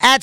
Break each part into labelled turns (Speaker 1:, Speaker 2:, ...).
Speaker 1: At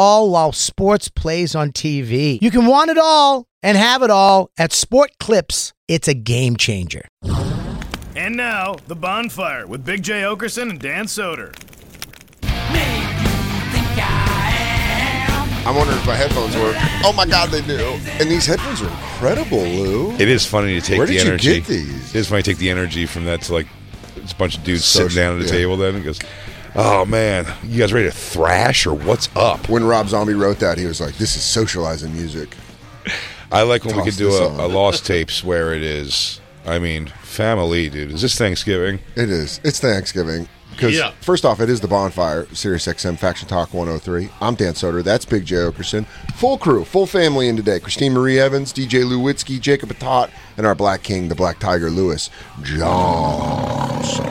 Speaker 1: all while sports plays on TV. You can want it all and have it all at Sport Clips. It's a game changer.
Speaker 2: And now, The Bonfire with Big J. Okerson and Dan Soder.
Speaker 3: I'm wondering if my headphones work. Oh my God, they do. And these headphones are incredible, Lou.
Speaker 4: It is funny to take
Speaker 3: Where
Speaker 4: the
Speaker 3: did you
Speaker 4: energy.
Speaker 3: get these?
Speaker 4: It is funny to take the energy from that to like it's a bunch of dudes sitting
Speaker 3: Social-
Speaker 4: down at a
Speaker 3: yeah.
Speaker 4: table then and goes, Oh man, you guys ready to thrash or what's up?
Speaker 3: When Rob Zombie wrote that, he was like, this is socializing music.
Speaker 4: I like when we
Speaker 3: Toss
Speaker 4: could do
Speaker 3: this
Speaker 4: a,
Speaker 3: on.
Speaker 4: a lost tapes where it is I mean, family, dude. Is this Thanksgiving?
Speaker 3: It is. It's Thanksgiving. Because,
Speaker 4: Yeah.
Speaker 3: first off, it is the bonfire, Sirius XM Faction Talk 103. I'm Dan Soder. That's Big J. Okerson. Full crew, full family in today. Christine Marie Evans, DJ Lewitsky, Jacob Atot, and our Black King, the Black Tiger Lewis, Johnson.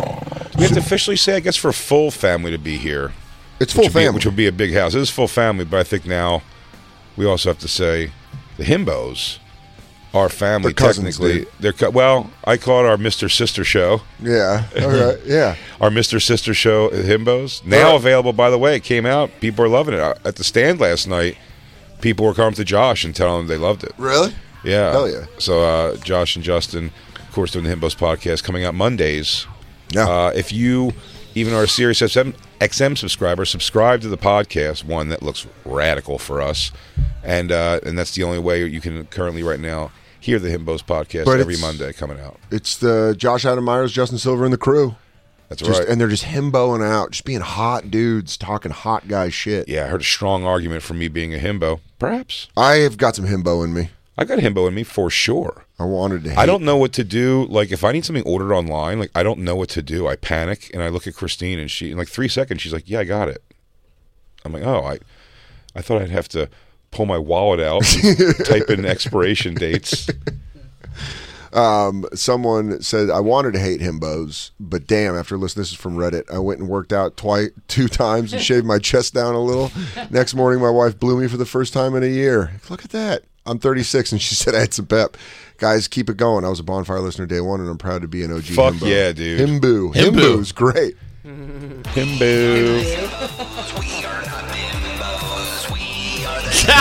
Speaker 4: We have to officially say, I guess, for a full family to be here.
Speaker 3: It's
Speaker 4: which
Speaker 3: full
Speaker 4: would be-
Speaker 3: family.
Speaker 4: which would be a big house. It is full family, but I think now we also have to say the Himbos are family.
Speaker 3: They're cousins,
Speaker 4: technically,
Speaker 3: dude.
Speaker 4: they're co- well. I call it our Mister Sister Show.
Speaker 3: yeah. All right. Yeah.
Speaker 4: Our Mister Sister Show at Himbos now
Speaker 3: Alright.
Speaker 4: available. By the way, it came out. People are loving it Uh, at the stand last night. People were coming up to Josh and telling him they loved it.
Speaker 3: Really?
Speaker 4: Yeah,
Speaker 3: Hell yeah.
Speaker 4: So uh, Josh and Justin, of course, doing the Himbos podcast coming out Mondays.
Speaker 3: Yeah.
Speaker 4: Uh, if you even are a Sirius XM, XM subscriber, subscribe to the podcast, one that looks radical for us. And uh, and that's the only way you can currently right now hear the Himbos podcast
Speaker 3: But
Speaker 4: every
Speaker 3: it's-
Speaker 4: Monday coming out.
Speaker 3: It's the Josh Adam Myers, Justin Silver, and the crew.
Speaker 4: That's
Speaker 3: Just,
Speaker 4: right.
Speaker 3: And they're just himboing out, just being hot dudes, talking hot guy shit.
Speaker 4: yeah, I heard a strong argument for me being a himbo. Perhaps.
Speaker 3: I have got some himbo in me.
Speaker 4: I got himbo in me for sure.
Speaker 3: I wanted to. Hate.
Speaker 4: I don't know what to do. Like if I need something ordered online, like I don't know what to do. I panic and I look at Christine and she in like three seconds she's like, Yeah, I got it. I'm like, Oh, I I thought I'd have to pull my wallet out and type in expiration dates.
Speaker 3: Um, Someone said I wanted to hate himbos, but damn! After listening, this is from Reddit. I went and worked out twice, two times, and shaved my chest down a little. Next morning, my wife blew me for the first time in a year. Look at that! I'm 36, and she said I had some pep. Guys, keep it going. I was a bonfire listener day one, and I'm proud to be an OG.
Speaker 4: Fuck
Speaker 3: himbo.
Speaker 4: yeah, dude.
Speaker 3: Himbo, himbo's great.
Speaker 4: Himbo.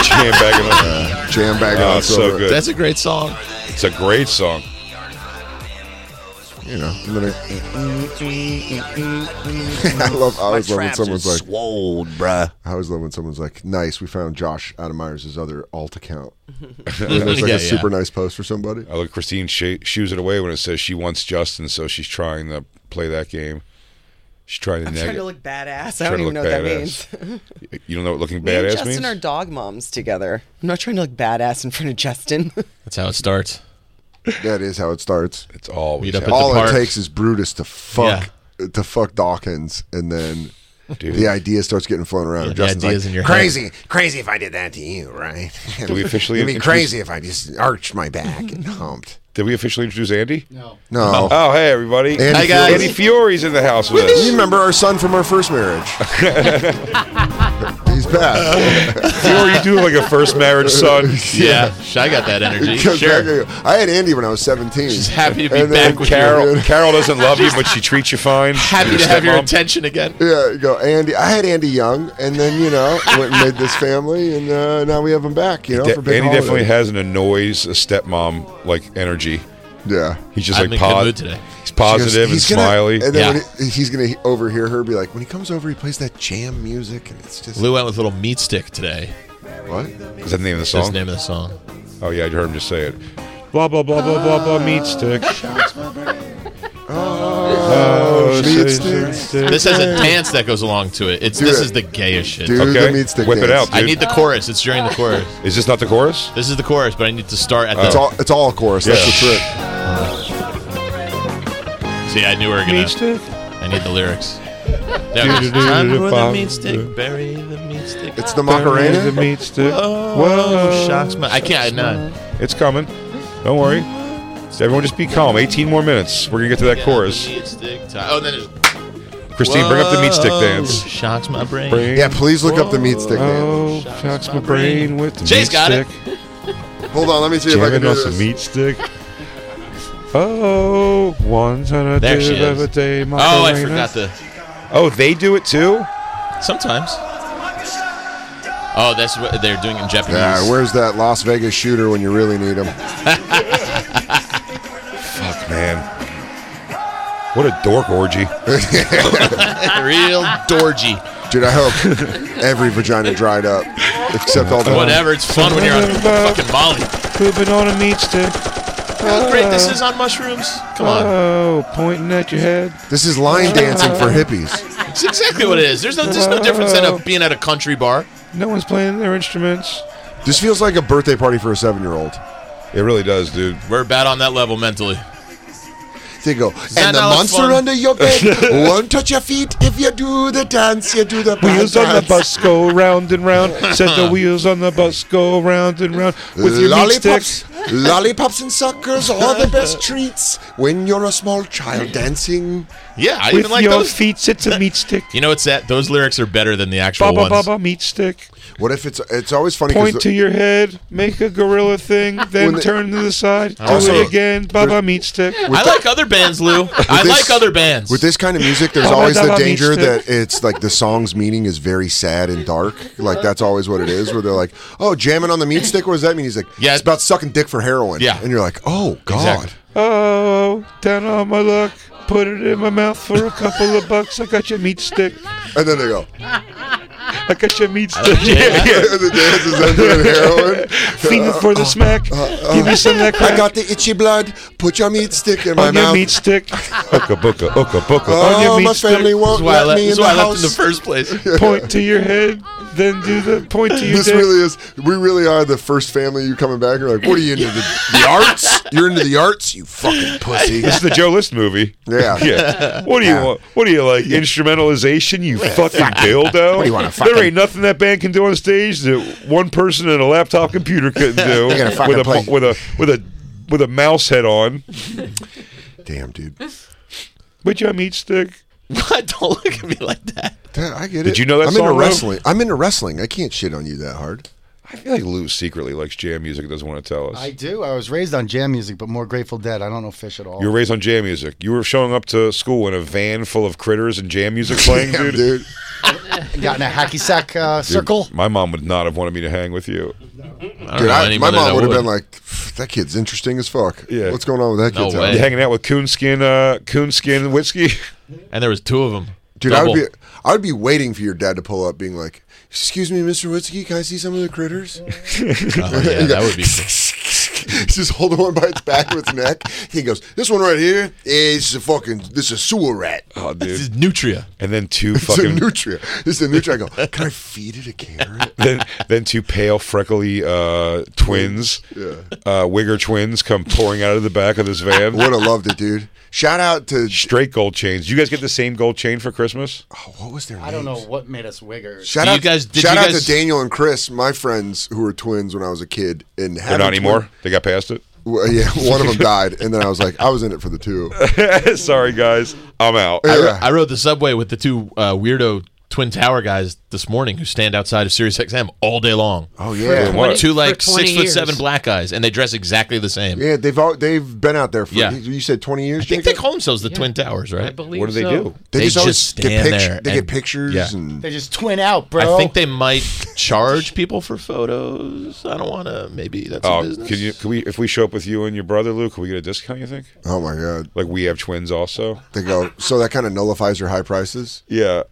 Speaker 4: Jam back in the-
Speaker 3: Jam bag
Speaker 4: Oh,
Speaker 3: on
Speaker 4: it's so
Speaker 3: silver.
Speaker 4: good.
Speaker 5: That's a great song.
Speaker 4: It's a great song.
Speaker 3: you know. And then I,
Speaker 6: Mm-hmm.
Speaker 3: I love. I always love when someone's like,
Speaker 5: swole, bruh.
Speaker 3: I always love when someone's like, "Nice, we found Josh out of Myers' other alt account." And there's like
Speaker 5: Yeah,
Speaker 3: a
Speaker 5: yeah.
Speaker 3: super nice post for somebody.
Speaker 4: I look Christine she, shoes it away when it says she wants Justin, so she's trying to play that game. She's trying to
Speaker 6: I'm
Speaker 4: neg-
Speaker 6: trying to look badass. I
Speaker 4: trying
Speaker 6: don't
Speaker 4: to
Speaker 6: even know
Speaker 4: look
Speaker 6: what that means.
Speaker 4: badass. You don't know what looking
Speaker 6: Me and
Speaker 4: badass
Speaker 6: Justin
Speaker 4: means?
Speaker 6: are dog moms together. I'm not trying to look badass in front of Justin.
Speaker 5: That's how it starts.
Speaker 3: That is how it starts.
Speaker 4: It's all
Speaker 5: Meet up at
Speaker 3: All it
Speaker 5: park.
Speaker 3: takes is Brutus to fuck to fuck Dawkins, and then
Speaker 4: Dude.
Speaker 3: the idea starts getting flown around.
Speaker 5: Yeah, the
Speaker 3: Justin's
Speaker 5: idea's
Speaker 3: like,
Speaker 5: in your head.
Speaker 3: crazy, crazy if I did that to you, right?
Speaker 4: Do we officially
Speaker 3: It'd be
Speaker 4: introduce-
Speaker 3: crazy if I just arched my back and humped.
Speaker 4: Did we officially introduce Andy?
Speaker 3: No.
Speaker 4: Oh, hey everybody!
Speaker 3: Andy Hi,
Speaker 5: guys. Fury.
Speaker 4: Andy Fury's in the house with us.
Speaker 3: You remember our son from our first marriage? He's back.
Speaker 4: Fury, you do look like a first marriage son.
Speaker 5: Yeah, I got that energy.
Speaker 3: Because
Speaker 5: Sure.
Speaker 3: back- I had Andy when I was 17.
Speaker 5: Just happy to be
Speaker 3: And then
Speaker 5: back with you.
Speaker 4: Carol, Carol doesn't love you, but she treats you fine.
Speaker 5: Happy
Speaker 4: Your
Speaker 5: to have your
Speaker 4: stepmom.
Speaker 5: attention again.
Speaker 3: Yeah, you go Andy. I had Andy Young, and then you know went and made this family, and uh, now we have him back. You know,
Speaker 4: De-
Speaker 3: for big
Speaker 4: Andy definitely
Speaker 3: holidays.
Speaker 4: has an annoys a stepmom like energy.
Speaker 3: Yeah.
Speaker 4: He's just
Speaker 5: I'm
Speaker 4: like
Speaker 5: in good
Speaker 4: po-
Speaker 5: mood today.
Speaker 4: He's positive
Speaker 3: She goes,
Speaker 4: and
Speaker 3: "He's gonna-"
Speaker 4: smiley.
Speaker 3: And then
Speaker 5: Yeah.
Speaker 3: when he- he's going to overhear her be like, when he comes over, he plays that jam music, and it's just
Speaker 5: Lou went with a little meat stick today.
Speaker 3: what?
Speaker 4: Is that the name of the
Speaker 5: That's the
Speaker 4: song?
Speaker 5: name of the song.
Speaker 4: Oh yeah, I heard him just say it. Blah blah blah blah blah blah meat stick.
Speaker 3: Oh, meat sticks.
Speaker 5: This has a dance that goes along to it. It's
Speaker 3: Do
Speaker 5: this
Speaker 3: it.
Speaker 5: is the gayest shit.
Speaker 3: Do
Speaker 4: Okay,
Speaker 3: the meat stick
Speaker 4: whip it
Speaker 3: dance.
Speaker 4: out,
Speaker 5: I
Speaker 4: dude.
Speaker 5: need the chorus. It's during the chorus.
Speaker 4: Is this not the chorus?
Speaker 5: This is the chorus, but I need to start at the.
Speaker 3: Uh, It's all it's all a chorus. That's the
Speaker 4: Yeah.
Speaker 3: trick.
Speaker 5: See, I knew we were gonna.
Speaker 4: Meat stick.
Speaker 5: I need the lyrics. That was- Time for the meat stick. Bury the meat stick.
Speaker 3: It's the Macarena.
Speaker 4: The meat stick.
Speaker 5: Oh,
Speaker 4: Whoa.
Speaker 5: shocks my. I can't. No.
Speaker 4: It's coming. Don't worry. So everyone just be calm. 18 more minutes. We're going to get to that chorus.
Speaker 5: Meat stick. Time. Oh, and then it's.
Speaker 4: Christine, bring up the meat stick
Speaker 5: Whoa,
Speaker 4: dance.
Speaker 5: Shocks my brain.
Speaker 4: Brain.
Speaker 3: Yeah, please look up the meat stick dance.
Speaker 4: Oh, shocks my brain with the
Speaker 5: Jay's
Speaker 4: meat
Speaker 5: got it.
Speaker 4: stick.
Speaker 3: Hold on, let me see if I can
Speaker 4: Jamming
Speaker 3: do
Speaker 4: on some
Speaker 3: this.
Speaker 4: meat stick. Oh, once on a
Speaker 5: There she
Speaker 4: day of
Speaker 5: is.
Speaker 4: a day,
Speaker 5: Oh, I
Speaker 4: Macarena.
Speaker 5: forgot the.
Speaker 4: Oh, they do it too?
Speaker 5: Sometimes. Oh, that's what they're doing in Japanese.
Speaker 3: Yeah, where's that Las Vegas shooter when you really need him?
Speaker 4: Fuck, man. What a dork orgy.
Speaker 5: Real dorgy.
Speaker 3: Dude, I hope every vagina dried up, except all the
Speaker 5: Whatever. It's fun when you're on fucking Molly.
Speaker 4: Pooping on a meat stick.
Speaker 5: How great this is on mushrooms. Come on.
Speaker 4: Oh, pointing at your head.
Speaker 3: This is line dancing for hippies.
Speaker 5: It's exactly what it is. There's no, there's no difference in a, being at a country bar.
Speaker 4: No one's playing their instruments.
Speaker 3: This feels like a birthday party for a seven-year-old.
Speaker 4: It really does, dude.
Speaker 5: We're about on that level mentally.
Speaker 3: They go,
Speaker 5: that
Speaker 3: and the
Speaker 5: not
Speaker 3: monster
Speaker 5: fun?"
Speaker 3: under your bed won't touch your feet if you do the dance. You do the
Speaker 4: Wheels on the
Speaker 3: dance.
Speaker 4: bus go round and round. Said the wheels on the bus go round and round with your meat
Speaker 3: lollipops,
Speaker 4: sticks.
Speaker 3: lollipops and suckers are the best treats when you're a small child dancing.
Speaker 5: Yeah, I
Speaker 4: With
Speaker 5: even like
Speaker 4: your
Speaker 5: those.
Speaker 4: feet, it's a meat stick.
Speaker 5: You know what's that? Those lyrics are better than the actual
Speaker 4: Baba
Speaker 5: ones.
Speaker 4: baba meat stick.
Speaker 3: What if it's? It's always funny. 'cause
Speaker 4: Point
Speaker 3: the-
Speaker 4: to your head. Make a gorilla thing. Then
Speaker 3: When the-
Speaker 4: turn to the side. Do
Speaker 5: Also-
Speaker 4: it again. Baba meat stick.
Speaker 5: I like other bands, Lou. I
Speaker 3: this-
Speaker 5: like other bands.
Speaker 3: With this kind of music, there's
Speaker 4: Baba
Speaker 3: always the
Speaker 4: Daba meets
Speaker 3: danger
Speaker 4: the-
Speaker 3: that it's like the song's meaning is very sad and dark. Like that's always what it is. Where they're like, "Oh, jamming on the meat stick." What does that mean? He's like,
Speaker 5: Yeah.
Speaker 3: it's about sucking dick for heroin."
Speaker 5: Yeah.
Speaker 3: and you're like, "Oh God."
Speaker 5: Exactly.
Speaker 4: Oh, down on my luck. Put it in my mouth for a couple of bucks. I got your meat stick.
Speaker 3: And then they go,
Speaker 4: I got your meat stick.
Speaker 5: Yeah.
Speaker 3: and the dance is ending in heroin. Uh,
Speaker 4: Feeding for the smack. Give me some of that
Speaker 3: I
Speaker 4: crack.
Speaker 3: got the itchy blood. Put your meat stick in my
Speaker 4: on your
Speaker 3: mouth.
Speaker 4: meat stick. Oka booka, oka booka. on your
Speaker 3: oh,
Speaker 4: meat
Speaker 3: my
Speaker 4: stick.
Speaker 3: family
Speaker 5: This
Speaker 3: won't
Speaker 5: is why I,
Speaker 3: let
Speaker 5: left,
Speaker 3: me
Speaker 5: this
Speaker 3: in
Speaker 5: is why
Speaker 3: the
Speaker 5: I left in the
Speaker 3: house.
Speaker 5: first place.
Speaker 4: point to your head, then do the point to your
Speaker 3: This
Speaker 4: dick.
Speaker 3: really is. We really are the first family. You coming back? You're like, what are you into? The, the arts? You're into the arts? You fucking pussy.
Speaker 4: This is the Joe List movie.
Speaker 3: Yeah.
Speaker 4: yeah. What do you want? What do you like? Instrumentalization? You fucking dildo.
Speaker 3: What do you want, a
Speaker 4: There
Speaker 3: fucking-
Speaker 4: ain't nothing that band can do on stage that one person and a laptop computer couldn't do
Speaker 3: They're gonna fucking
Speaker 4: with a
Speaker 3: play-
Speaker 4: with a with a with a mouse head on.
Speaker 3: Damn, dude.
Speaker 4: With your meat stick.
Speaker 5: Don't look at me like that.
Speaker 3: That- I get it.
Speaker 4: Did you know that
Speaker 3: I'm
Speaker 4: song,
Speaker 3: into
Speaker 4: Lou?
Speaker 3: wrestling. I'm into wrestling. I can't shit on you that hard.
Speaker 4: I feel like Lou secretly likes jam music and doesn't want to tell us.
Speaker 7: I do. I was raised on jam music, but more Grateful Dead. I don't know fish at all.
Speaker 4: you were raised on jam music. You were showing up to school in a van full of critters and jam music playing,
Speaker 3: Damn,
Speaker 4: dude.
Speaker 3: dude.
Speaker 7: Got in a hacky sack uh, circle.
Speaker 4: My mom would not have wanted me to hang with you.
Speaker 5: I don't
Speaker 3: Dude,
Speaker 5: know
Speaker 3: I-
Speaker 5: any
Speaker 3: my
Speaker 5: mother
Speaker 3: mom
Speaker 5: that
Speaker 3: would have been like, "Pff, "That kid's interesting as fuck."
Speaker 4: Yeah.
Speaker 3: What's going on with that
Speaker 5: No
Speaker 3: kid's
Speaker 5: way.
Speaker 4: You
Speaker 3: house?
Speaker 4: hanging out with coonskin, uh, coonskin whiskey.
Speaker 5: and there was two of them.
Speaker 3: Dude, I would be, I would be waiting for your dad to pull up, being like, "Excuse me, Mr. Witzke, can I see some of the critters?"
Speaker 5: Oh, yeah, that would be.
Speaker 3: He's just holding one by its back of its neck. He goes, "This one right here is a fucking this is a sewer rat.
Speaker 4: Oh,
Speaker 5: This is
Speaker 4: dude.
Speaker 5: Nutria.
Speaker 4: And then two
Speaker 3: It's a
Speaker 4: fucking,
Speaker 3: nutria. This is a nutria." I go, "Can I feed it a carrot?"
Speaker 4: then then two pale, freckly uh, twins, uh, Wigger twins, come pouring out of the back of this van.
Speaker 3: Would have loved it, dude. Shout out to
Speaker 4: Straight gold chains. Did you guys get the same gold chain for Christmas?
Speaker 3: oh, what was their name?
Speaker 7: I don't know what made us wiggers.
Speaker 3: Shout
Speaker 5: Do
Speaker 3: out,
Speaker 5: you guys- did
Speaker 3: shout
Speaker 5: you
Speaker 3: out
Speaker 5: guys-
Speaker 3: to Daniel and Chris, my friends who were twins when I was a kid, and
Speaker 4: They're
Speaker 3: having
Speaker 4: not
Speaker 3: twin-
Speaker 4: anymore. They got past it.
Speaker 3: Well, yeah, one of them died, and then I was like, I was in it for the two.
Speaker 4: Sorry, guys. I'm out.
Speaker 5: I, ro- I rode the subway with the two uh, weirdo Twin Tower guys this morning who stand outside of Sirius XM all day long.
Speaker 3: Oh yeah,
Speaker 4: what?
Speaker 5: Two like
Speaker 6: for 20
Speaker 5: six foot
Speaker 6: years.
Speaker 5: seven black guys, and they dress exactly the same.
Speaker 3: yeah. They've all, they've been out there for
Speaker 5: Yeah.
Speaker 3: you said twenty years.
Speaker 5: I think they call themselves the Twin Towers, right?
Speaker 6: I believe
Speaker 4: What do they
Speaker 6: so.
Speaker 4: do?
Speaker 3: They,
Speaker 5: They
Speaker 3: just, always
Speaker 5: just
Speaker 3: get
Speaker 5: stand
Speaker 3: pictures.
Speaker 5: there
Speaker 3: They get
Speaker 5: and-
Speaker 3: pictures
Speaker 5: yeah.
Speaker 3: and
Speaker 7: They just twin out, bro.
Speaker 5: I think they might charge people for photos. I don't want to. Maybe that's a
Speaker 4: Oh,
Speaker 5: business.
Speaker 4: can you? Can we? If we show up with you and your brother Luke, can we get a discount? You think?
Speaker 3: Oh my god.
Speaker 4: Like we have twins also?
Speaker 3: They go. So that kind of nullifies your high prices.
Speaker 4: Yeah.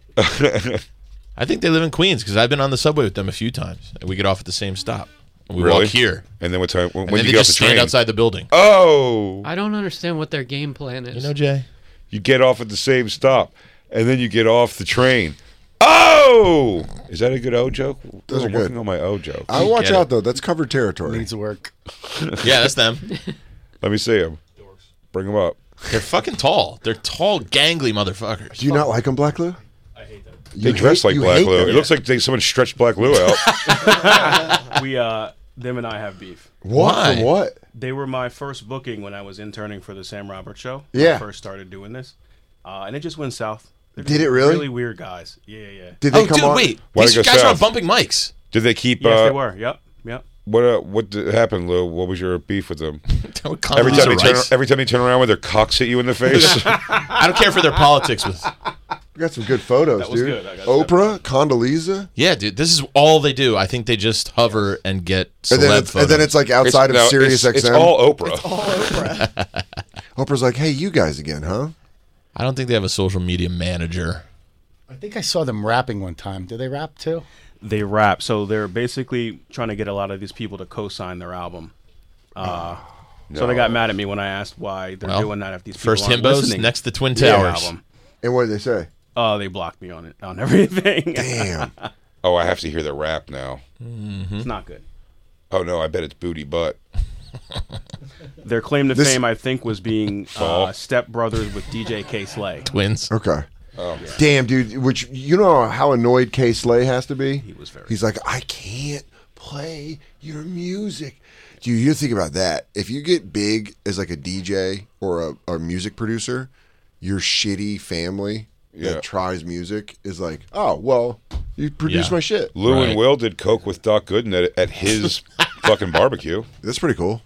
Speaker 5: I think they live in Queens because I've been on the subway with them a few times. And we get off at the same stop. And we
Speaker 4: Really?
Speaker 5: walk here.
Speaker 4: And then what time? When,
Speaker 5: And then
Speaker 4: when you
Speaker 5: they
Speaker 4: get off
Speaker 5: just
Speaker 4: the
Speaker 5: stand
Speaker 4: train?
Speaker 5: outside the building.
Speaker 4: Oh,
Speaker 8: I don't understand what their game plan is.
Speaker 5: You know, Jay?
Speaker 4: you get off at the same stop, and then you get off the train. Oh, is that a good O joke?
Speaker 3: Those
Speaker 4: I'm
Speaker 3: are good.
Speaker 4: working on my O joke.
Speaker 3: I watch
Speaker 5: get
Speaker 3: out
Speaker 5: it.
Speaker 3: though. That's covered territory.
Speaker 7: Needs work.
Speaker 5: Yeah, that's them.
Speaker 4: Let me see him. Bring him up.
Speaker 5: They're fucking tall. They're tall, gangly motherfuckers.
Speaker 3: Do you not like them, Black Lou?
Speaker 4: They dress like
Speaker 3: you
Speaker 4: Black
Speaker 3: hate
Speaker 4: Lou.
Speaker 3: them.
Speaker 4: It looks like they, someone stretched Black Lou out.
Speaker 9: we uh them and I have beef.
Speaker 5: Why?
Speaker 3: What? From what?
Speaker 9: They were my first booking when I was interning for the Sam Roberts show. when
Speaker 3: Yeah.
Speaker 9: I first started doing this, uh, and it just went south. They're
Speaker 3: Did
Speaker 9: just
Speaker 3: it really?
Speaker 9: Really weird guys. Yeah, yeah. yeah.
Speaker 3: Did they
Speaker 5: Oh,
Speaker 3: come
Speaker 5: dude,
Speaker 3: on?
Speaker 5: wait.
Speaker 4: Why'd
Speaker 5: These
Speaker 4: it go
Speaker 5: guys are on
Speaker 4: south?
Speaker 5: bumping mics.
Speaker 4: Did they keep?
Speaker 9: yes,
Speaker 4: uh,
Speaker 9: they were. Yep, yep.
Speaker 4: What? Uh, what did, happened, Lou? What was your beef with them?
Speaker 5: Don't call
Speaker 4: every
Speaker 5: these
Speaker 4: time they
Speaker 5: are
Speaker 4: turn,
Speaker 5: rice.
Speaker 4: every time they turn around, with their cocks hit you in the face.
Speaker 5: I don't care for their politics. With
Speaker 3: We got some good photos,
Speaker 9: was
Speaker 3: dude.
Speaker 9: good. I got
Speaker 3: Oprah, Condoleezza,
Speaker 5: yeah, dude, this is all they do. I think they just hover and get celeb
Speaker 3: and then, it's,
Speaker 5: photos.
Speaker 3: and then it's like outside
Speaker 4: no,
Speaker 3: of Sirius
Speaker 4: it's, It's
Speaker 3: XM.
Speaker 4: all Oprah.
Speaker 3: Oprah's like, "Hey, you guys again, huh?"
Speaker 5: I don't think they have a social media manager.
Speaker 7: I think I saw them rapping one time. Did they rap too?
Speaker 9: They rap, so they're basically trying to get a lot of these people to co-sign their album. Uh, So they got mad at me when I asked why they're
Speaker 5: Well,
Speaker 9: doing that if these people
Speaker 5: First
Speaker 9: aren't
Speaker 5: himbos,
Speaker 9: listening
Speaker 5: next the Twin
Speaker 9: to their
Speaker 5: Towers.
Speaker 9: album.
Speaker 3: And what did they say?
Speaker 9: Oh, they blocked me on it on everything.
Speaker 3: Damn.
Speaker 4: Oh, I have to hear the rap now.
Speaker 9: it's not good.
Speaker 4: Oh no, I bet it's booty butt.
Speaker 9: Their claim to
Speaker 3: This-
Speaker 9: fame, I think, was being uh, Step Brothers with DJ K. Slay.
Speaker 5: Twins. Oh.
Speaker 3: Okay.
Speaker 4: Oh.
Speaker 3: Damn, dude. Which you know how annoyed K. Slay has to be. He
Speaker 9: was very-
Speaker 3: He's like, I can't play your music. Dude, you think about that. If you get big as like a DJ or a, a music producer, your shitty family
Speaker 4: Yeah.
Speaker 3: that tries music is like, oh well, you produce
Speaker 5: Yeah.
Speaker 3: my shit.
Speaker 4: Lou
Speaker 5: Right.
Speaker 4: and Will did coke with Doc Gooden at, at his fucking barbecue.
Speaker 3: That's pretty cool.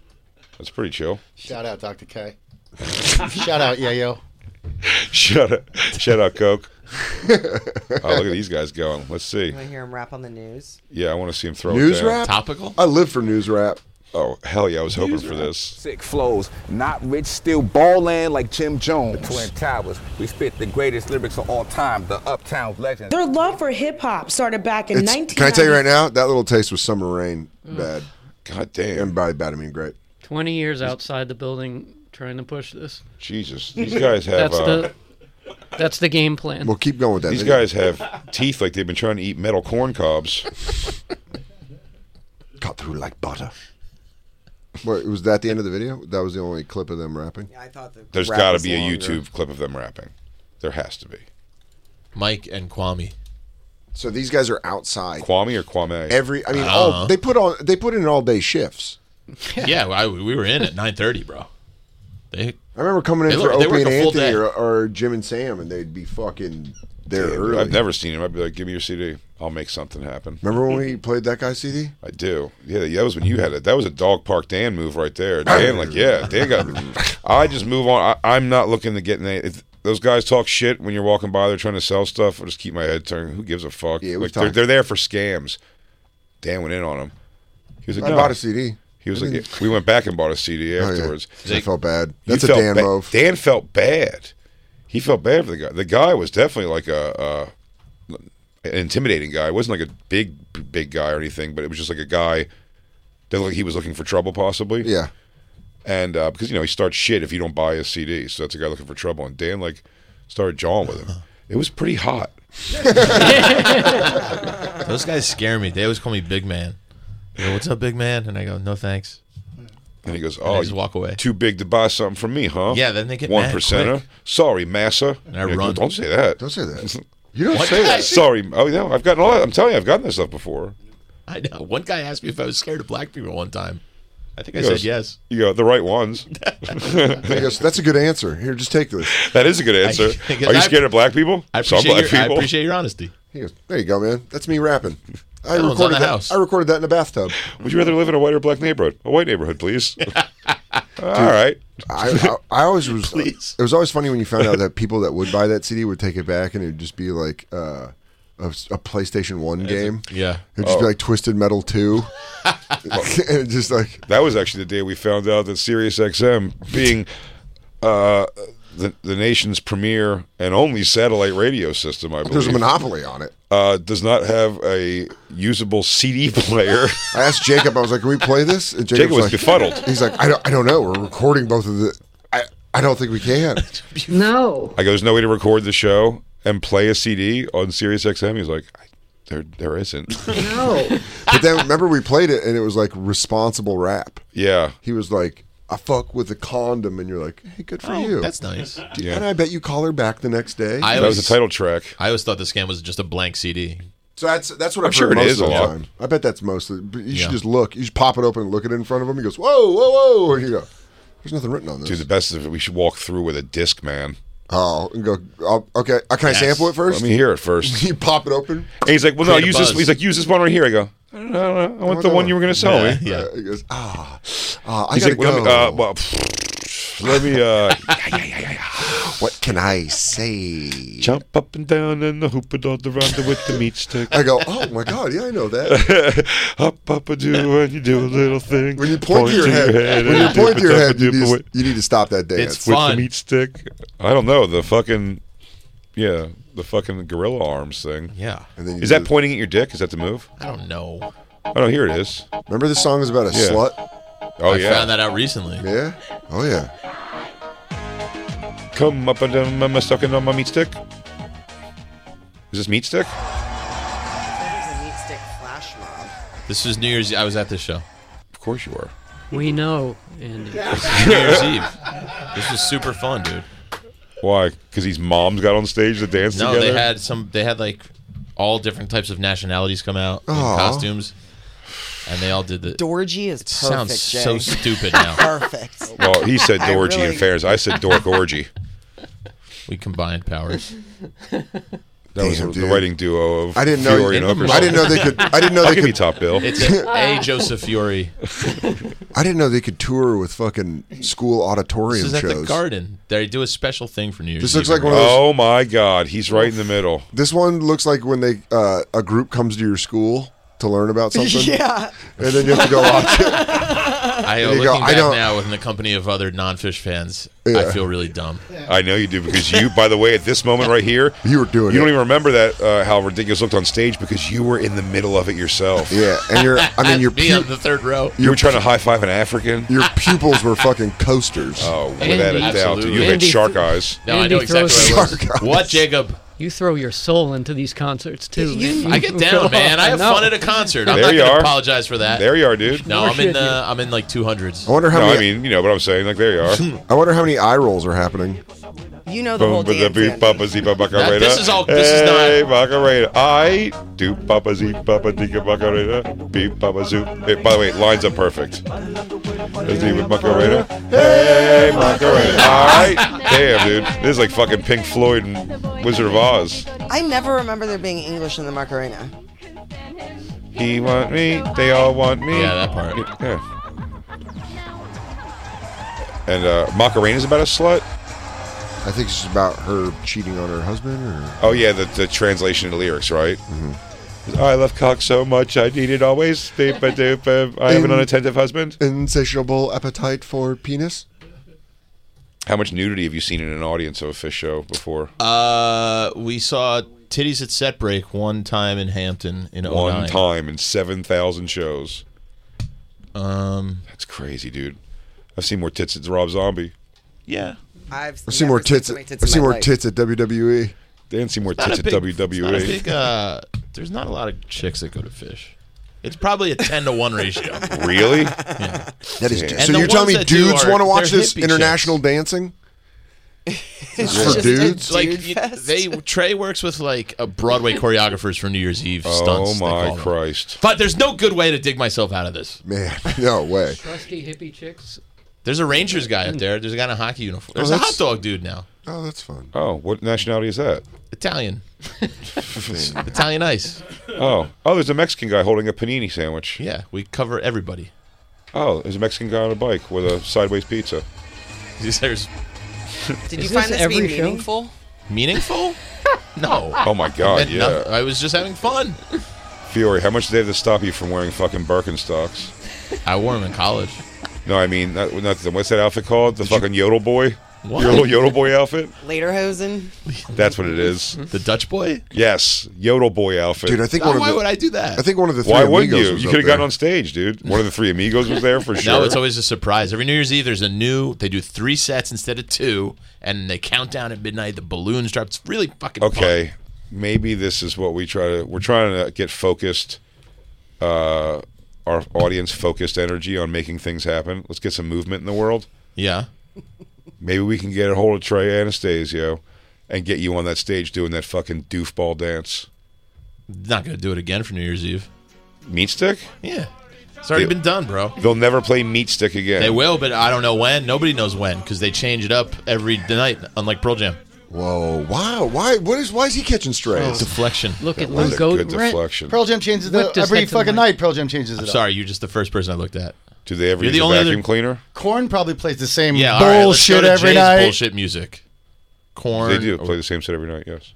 Speaker 4: That's pretty chill.
Speaker 7: Shout out, Dr. K. Shout out, Yayo.
Speaker 4: Shut up, shut up, Coke. oh, look at these guys going. Let's see.
Speaker 6: I hear him rap on the news.
Speaker 4: Yeah, I want to see him throw it
Speaker 3: News
Speaker 4: down.
Speaker 3: rap.
Speaker 5: Topical?
Speaker 3: I live for news rap.
Speaker 4: Oh hell yeah, I was hoping for this.
Speaker 10: Sick flows, not rich, still balling like Jim Jones. The Twin Towers, we spit the greatest lyrics of all time, the Uptown legend.
Speaker 11: Their love for hip hop started back in
Speaker 3: It's,
Speaker 11: 19.
Speaker 3: can I tell you right now? That little taste was summer rain bad,
Speaker 4: God
Speaker 3: and
Speaker 4: damn,
Speaker 3: by bad I mean great.
Speaker 8: 20 years outside the building trying to push this.
Speaker 4: Jesus, these guys have
Speaker 8: That's
Speaker 4: uh,
Speaker 8: the that's the game plan.
Speaker 3: Well, keep going with that.
Speaker 4: these guys have teeth like they've been trying to eat metal corn cobs.
Speaker 3: cut through like butter. Wait, was that the end of the video? That was the only clip of them rapping.
Speaker 6: I thought the
Speaker 4: There's
Speaker 6: rap
Speaker 4: got to
Speaker 6: was
Speaker 4: be a
Speaker 6: longer.
Speaker 4: YouTube clip of them rapping. There has to be.
Speaker 5: Mike and Kwame.
Speaker 3: So these guys are outside
Speaker 4: Kwame or Kwame?
Speaker 3: every. I mean,
Speaker 8: Uh-huh.
Speaker 3: all, they put on they put in all day shifts.
Speaker 5: Yeah, I, we were in at 9.30, bro. They
Speaker 3: I remember coming in
Speaker 5: They
Speaker 3: for
Speaker 5: look- they
Speaker 3: Opie
Speaker 5: work
Speaker 3: and
Speaker 5: a full
Speaker 3: Anthony
Speaker 5: day.
Speaker 3: or, or Jim and Sam, and they'd be fucking there early.
Speaker 4: I've never seen him. I'd be like, give me your CD. I'll make something happen.
Speaker 3: Remember when we played that guy's CD?
Speaker 4: I do. Yeah, that was when you had it. That was a dog park Dan move right there. Dan, like, yeah, Dan got. I just move on. I, I'm not looking to get in. any- If those guys talk shit when you're walking by, they're trying to sell stuff. I just keep my head turned. Who gives a fuck?
Speaker 3: Yeah, we've
Speaker 4: like, they're,
Speaker 3: talked.
Speaker 4: they're there for scams. Dan went in on him. He was like,
Speaker 3: I
Speaker 4: no.
Speaker 3: bought a CD.
Speaker 4: He was
Speaker 3: I
Speaker 4: like,
Speaker 3: didn't-
Speaker 4: yeah. we went back and bought a CD
Speaker 3: Oh, yeah.
Speaker 4: afterwards.
Speaker 3: I felt bad.
Speaker 4: You
Speaker 3: That's a
Speaker 4: felt
Speaker 3: Dan
Speaker 4: ba-
Speaker 3: move.
Speaker 4: Dan felt bad. He felt bad for the guy. The guy was definitely like a, a an intimidating guy. It wasn't like a big big guy or anything, but it was just like a guy that looked like he was looking for trouble possibly.
Speaker 3: yeah,
Speaker 4: And uh, because you know he starts shit if you don't buy his CD, so that's a guy looking for trouble. And Dan like started jawing with him. It was pretty hot.
Speaker 5: Those guys scare me. They always call me Big Man. They go, what's up, Big Man? And I go, no thanks.
Speaker 4: And he goes,
Speaker 5: I
Speaker 4: "Oh,
Speaker 5: just
Speaker 4: you-
Speaker 5: walk away.
Speaker 4: Too big to buy something from me, huh?
Speaker 5: Yeah, then they get
Speaker 4: one
Speaker 5: mad
Speaker 4: percenter.
Speaker 5: quick.
Speaker 4: Sorry, massa. And
Speaker 5: I run.
Speaker 4: Don't say that.
Speaker 3: don't say that. You don't
Speaker 5: What?
Speaker 3: say that.
Speaker 4: Sorry. Oh no, I've gotten a lot. I'm telling you, I've gotten this stuff before.
Speaker 5: I know. One guy asked me if I was scared of black people one time. I think I
Speaker 4: He
Speaker 5: said
Speaker 4: goes,
Speaker 5: yes.
Speaker 4: You go the right ones.
Speaker 3: He goes, That's a good answer. Here, just take this.
Speaker 4: That is a good
Speaker 5: I-
Speaker 4: answer.
Speaker 5: because
Speaker 4: Are you
Speaker 5: I-
Speaker 4: scared of black people?
Speaker 5: I
Speaker 4: Some
Speaker 5: appreciate,
Speaker 4: black
Speaker 5: your, I
Speaker 4: people.
Speaker 5: appreciate your honesty.
Speaker 3: He goes, There you go, man. That's me rapping. I
Speaker 5: That one's on
Speaker 3: recorded
Speaker 5: the
Speaker 3: that.
Speaker 5: house.
Speaker 3: I recorded that in a bathtub.
Speaker 4: Would you rather live in a white or black neighborhood? A white neighborhood, please. All right.
Speaker 3: I, I, I always was.
Speaker 5: Please.
Speaker 3: It was always funny when you found out that people that would buy that CD would take it back and it would just be like, uh, a, a PlayStation One game.
Speaker 4: yeah.
Speaker 3: it'd just be
Speaker 4: Oh.
Speaker 3: like Twisted Metal Two. and just like
Speaker 4: that was actually the day we found out that Sirius XM being uh, the the nation's premier and only satellite radio system, I believe,
Speaker 3: There's a monopoly on it.
Speaker 4: Uh, does not have a usable CD player.
Speaker 3: I asked Jacob. I was like, "Can we play this?" And
Speaker 4: Jacob was
Speaker 3: like-
Speaker 4: befuddled.
Speaker 3: He's like, "I don't, I don't know. We're recording both of the. I, I don't think we can."
Speaker 12: No.
Speaker 4: I go, "There's no way to record the show and play a CD on Sirius XM." He's like, I, "There, there isn't."
Speaker 12: No.
Speaker 3: But then remember, we played it, and it was like responsible rap.
Speaker 4: Yeah.
Speaker 3: He was like, "I fuck with a condom," and you're like, "Hey, good for
Speaker 5: Oh,
Speaker 3: you."
Speaker 5: that's nice.
Speaker 3: Do-
Speaker 4: Yeah.
Speaker 3: And I bet you call her back the next day.
Speaker 5: I always-
Speaker 4: track.
Speaker 5: I always thought the scam was just a blank CD.
Speaker 3: So that's that's what
Speaker 5: I'm
Speaker 3: I've
Speaker 5: sure
Speaker 3: heard
Speaker 5: it
Speaker 3: most
Speaker 5: is
Speaker 3: of
Speaker 5: a
Speaker 3: the
Speaker 5: lot.
Speaker 3: time. I bet that's mostly. But you
Speaker 4: Yeah.
Speaker 3: should just look. You should pop it open and look at it in front of him. He goes, "Whoa, whoa, whoa!" And you go, "There's nothing written on this."
Speaker 4: Dude, the best is if we should walk through with a disc, man.
Speaker 3: Oh, and go. Oh, okay, uh, can I
Speaker 4: Yes.
Speaker 3: sample it first?
Speaker 4: Let me hear it first.
Speaker 3: you pop it open.
Speaker 4: And he's like, "Well, no,
Speaker 3: Create a
Speaker 4: use this."
Speaker 3: buzz.
Speaker 4: He's like, "Use this one right here." I go, "I don't know. I, want, the
Speaker 3: that
Speaker 4: one, you were going to sell
Speaker 3: Yeah,
Speaker 4: me."
Speaker 3: yeah. He goes, "Ah, ah, I
Speaker 4: He's
Speaker 3: gotta
Speaker 4: like, "Well, let me,
Speaker 3: go."
Speaker 4: uh, well, let me uh,
Speaker 3: what can I say?
Speaker 4: jump up and down and the hoop it all around the with the meat stick.
Speaker 3: I go, oh my god, yeah, I know that.
Speaker 4: Up, up, a do, and you do a little thing.
Speaker 3: When you point, to your head, when you
Speaker 4: and
Speaker 3: point to your
Speaker 4: dip-a-dip-a-dip-a-
Speaker 3: head, you need, to, you need to stop that dance.
Speaker 4: with the meat stick. I don't know the fucking yeah, the fucking gorilla arms thing.
Speaker 5: Yeah,
Speaker 3: And then you
Speaker 4: is that
Speaker 3: do-
Speaker 4: pointing at your dick? Is that the move?
Speaker 5: I don't know.
Speaker 4: Oh no, here it is.
Speaker 3: Remember this song is about a
Speaker 4: Yeah.
Speaker 3: slut.
Speaker 4: Oh
Speaker 5: I
Speaker 4: yeah,
Speaker 5: found that out recently.
Speaker 3: Yeah. Oh yeah.
Speaker 4: Come up and down, mama sucking on my meat stick. Is this meat stick?
Speaker 5: This was New Year's. I was at this show.
Speaker 4: Of course you were.
Speaker 8: We know, Andy.
Speaker 5: New Year's Eve. This was super fun, dude.
Speaker 4: Why? Because these moms got on stage to dance
Speaker 5: No,
Speaker 4: together.
Speaker 5: they had some. They had like all different types of nationalities come out in
Speaker 4: Aw.
Speaker 5: costumes, and they all did the.
Speaker 6: Dorgy is
Speaker 5: It sounds
Speaker 6: perfect,
Speaker 5: so
Speaker 6: Jay.
Speaker 5: stupid now.
Speaker 6: perfect.
Speaker 4: Well, he said
Speaker 6: I
Speaker 4: dorgy
Speaker 6: really-
Speaker 4: in fairness. I said dork orgy.
Speaker 5: We combined powers.
Speaker 4: That was
Speaker 3: Damn,
Speaker 4: the
Speaker 3: dude.
Speaker 4: writing duo of
Speaker 3: I didn't know-
Speaker 4: Fury and
Speaker 3: In the
Speaker 4: Upperson.
Speaker 3: I didn't know they could- I didn't know
Speaker 4: I'll
Speaker 3: they
Speaker 4: give
Speaker 3: could-
Speaker 4: you top bill.
Speaker 5: It's a, a Joseph Fiore.
Speaker 3: I didn't know they could tour with fucking school
Speaker 5: This
Speaker 3: auditorium
Speaker 5: is at the
Speaker 3: shows.
Speaker 5: Garden. They do a special thing for New Year's.
Speaker 3: This looks
Speaker 5: Eve.
Speaker 3: like one of those-
Speaker 4: Oh my God, he's right in the middle.
Speaker 3: This one looks like when they uh, a group comes to your school to learn about something.
Speaker 6: Yeah.
Speaker 3: And then you have to go watch it.
Speaker 5: I,
Speaker 3: There
Speaker 5: uh,
Speaker 3: you
Speaker 5: looking
Speaker 3: go. I
Speaker 5: back
Speaker 3: don't-
Speaker 5: now in the company of other non-fish fans,
Speaker 4: Yeah.
Speaker 5: I feel really dumb.
Speaker 4: I know you do because you, by the way, at this moment right here,
Speaker 3: you were doing.
Speaker 4: You don't
Speaker 3: it.
Speaker 4: even remember that uh, how ridiculous looked on stage because you were in the middle of it yourself.
Speaker 3: Yeah, and you're. I mean, your
Speaker 5: Me
Speaker 3: pu-
Speaker 5: on the third row.
Speaker 4: You were trying to high five an African.
Speaker 3: your pupils were fucking coasters.
Speaker 4: Oh, without a doubt, dude. you had
Speaker 8: Andy-
Speaker 4: shark eyes.
Speaker 5: No, I
Speaker 8: Andy
Speaker 5: know exactly
Speaker 8: throws-
Speaker 5: what it was. What, Jacob?
Speaker 8: You throw your soul into these concerts too. man.
Speaker 5: I get down, man. I have fun at a concert. I'm
Speaker 4: There
Speaker 5: not
Speaker 4: you
Speaker 5: going
Speaker 4: are.
Speaker 5: to apologize for that.
Speaker 4: There you are, dude.
Speaker 5: No, I'm in. Uh, I'm in like 200s.
Speaker 3: I wonder how
Speaker 4: no,
Speaker 3: many.
Speaker 4: I mean, you know what I'm saying. Like there you are.
Speaker 3: I wonder how many eye rolls are happening.
Speaker 6: You know the whole
Speaker 4: Boom, ba, da,
Speaker 6: dance.
Speaker 4: boo, ba, ba, zee, ba, Macarena.
Speaker 5: this is all- this is not-
Speaker 4: Hey, Macarena. I do Papa Z Papa Dica Macarena. Beep Papa Zoo. Hey, by the way, lines up perfect. Let's see with Macarena. Hey, Macarena. All right. Damn, dude. This is like fucking Pink Floyd and Wizard of Oz.
Speaker 6: I never remember there being English in the Macarena.
Speaker 4: He want me. They all want me.
Speaker 5: Yeah, that part.
Speaker 4: Yeah. And uh, Macarena's about a slut.
Speaker 3: I think it's about her cheating on her husband. Mm-hmm. Or
Speaker 4: Oh yeah, the, the translation of the lyrics, right? I love cock so much I need it always. Deep-a-doop-a- I have an
Speaker 3: In-
Speaker 4: unattentive husband.
Speaker 3: insatiable appetite for penis.
Speaker 4: How much nudity have you seen in an audience of a fish show before?
Speaker 5: Uh, we saw titties at set break one time in Hampton in 09.
Speaker 4: One time in seven thousand shows.
Speaker 5: Um,
Speaker 4: That's crazy, dude. I've seen more tits than Rob Zombie.
Speaker 5: yeah.
Speaker 6: I've
Speaker 3: I've seen more
Speaker 6: never seen
Speaker 3: tits.
Speaker 6: so many
Speaker 3: At,
Speaker 6: tits
Speaker 3: I've
Speaker 6: in
Speaker 3: seen
Speaker 6: my
Speaker 3: more
Speaker 6: life.
Speaker 3: tits at E. WWE.
Speaker 4: They didn't see more
Speaker 5: Not
Speaker 4: tits
Speaker 5: a
Speaker 4: at
Speaker 5: big-
Speaker 4: WWE.
Speaker 3: E.
Speaker 5: It's not a big, uh, there's not a lot of chicks that go to fish. It's probably a ten to one ratio.
Speaker 4: Really?
Speaker 5: Yeah.
Speaker 3: That is.
Speaker 4: Damn.
Speaker 5: And
Speaker 3: So
Speaker 5: the
Speaker 3: you're telling
Speaker 5: ones
Speaker 3: me
Speaker 5: that do
Speaker 3: dudes
Speaker 5: are-
Speaker 3: want to watch
Speaker 5: they're
Speaker 3: this
Speaker 5: hippie
Speaker 3: international dancing?
Speaker 6: It's
Speaker 3: for
Speaker 6: just a
Speaker 3: dudes?
Speaker 6: dude
Speaker 5: like you-
Speaker 6: fest.
Speaker 5: they Trey works with like a Broadway choreographers for New Year's Eve
Speaker 4: Oh,
Speaker 5: stunts. they
Speaker 4: my
Speaker 5: call them.
Speaker 4: Christ.
Speaker 5: But there's no good way to dig myself out of this.
Speaker 3: Man, no way.
Speaker 8: Trusty hippie chicks.
Speaker 5: There's a Rangers guy up there. There's a guy in a hockey uniform. There's a hot
Speaker 3: Oh, that's-
Speaker 5: dog dude now.
Speaker 3: Oh, that's fun.
Speaker 4: Oh, what nationality is that?
Speaker 5: Italian. Italian ice.
Speaker 4: Oh, oh, there's a Mexican guy holding a panini sandwich.
Speaker 5: Yeah, we cover everybody.
Speaker 4: Oh, there's a Mexican guy on a bike with a sideways pizza.
Speaker 5: There's
Speaker 6: Did you
Speaker 8: Is
Speaker 6: find
Speaker 8: this
Speaker 6: this to be
Speaker 8: every show?
Speaker 6: meaningful?
Speaker 5: meaningful? No.
Speaker 4: Oh my God,
Speaker 5: Meant
Speaker 4: yeah.
Speaker 5: nothing. I was just having fun.
Speaker 4: Fiore, how much did they have to stop you from wearing fucking Birkenstocks?
Speaker 5: I wore them in college.
Speaker 4: No, I mean, not, not the- what's that outfit called? The fucking Yodel Boy? Your little Yodel Boy outfit?
Speaker 6: Lederhosen.
Speaker 4: That's what it is.
Speaker 5: The Dutch Boy?
Speaker 4: Yes, Yodel Boy outfit.
Speaker 3: Dude, I think
Speaker 5: Now,
Speaker 3: one of
Speaker 5: why
Speaker 3: the-
Speaker 5: would I do that?
Speaker 3: I think one of the three
Speaker 4: Why would
Speaker 3: amigos
Speaker 4: you?
Speaker 3: was
Speaker 4: You
Speaker 3: up
Speaker 4: could have
Speaker 3: there.
Speaker 4: gotten on stage, dude. One of the three amigos was there for sure.
Speaker 5: No, it's always a surprise. Every New Year's Eve, there's a new. They do three sets instead of two, and they count down at midnight. The balloons drop. It's really fucking fun.
Speaker 4: okay. Maybe this is what we try to. We're trying to get focused. Uh, our audience focused energy on making things happen. Let's get some movement in the world.
Speaker 5: Yeah.
Speaker 4: Maybe we can get a hold of Trey Anastasio and get you on that stage doing that fucking doofball dance.
Speaker 5: Not gonna do it again for New Year's Eve.
Speaker 4: Meat stick?
Speaker 5: Yeah. It's already been done, bro.
Speaker 4: They'll never play meat stick again.
Speaker 5: They will, but I don't know when. Nobody knows when because they change it up every night, unlike Pearl Jam.
Speaker 3: Whoa! Wow! Why? What is? Why is he catching strays?
Speaker 5: Deflection.
Speaker 8: Look at
Speaker 3: was
Speaker 8: Lou
Speaker 3: a
Speaker 8: Goat.
Speaker 4: good
Speaker 8: Rent.
Speaker 4: deflection.
Speaker 7: Pearl Jam changes
Speaker 8: Whipped
Speaker 7: it
Speaker 8: his
Speaker 7: every
Speaker 8: head to the
Speaker 7: fucking
Speaker 8: mic.
Speaker 7: night. Pearl Jam changes it.
Speaker 5: I'm
Speaker 7: up.
Speaker 5: sorry, you're just the first person I looked at.
Speaker 4: Do they ever
Speaker 5: You're the
Speaker 4: use a
Speaker 5: only
Speaker 4: vacuum
Speaker 5: other-
Speaker 4: cleaner?
Speaker 7: Corn probably plays the same
Speaker 5: Yeah, all right, let's
Speaker 7: bullshit
Speaker 5: go to
Speaker 7: every
Speaker 5: Jay's
Speaker 7: night.
Speaker 5: Bullshit music. Corn.
Speaker 4: They do play the same set every night. Yes.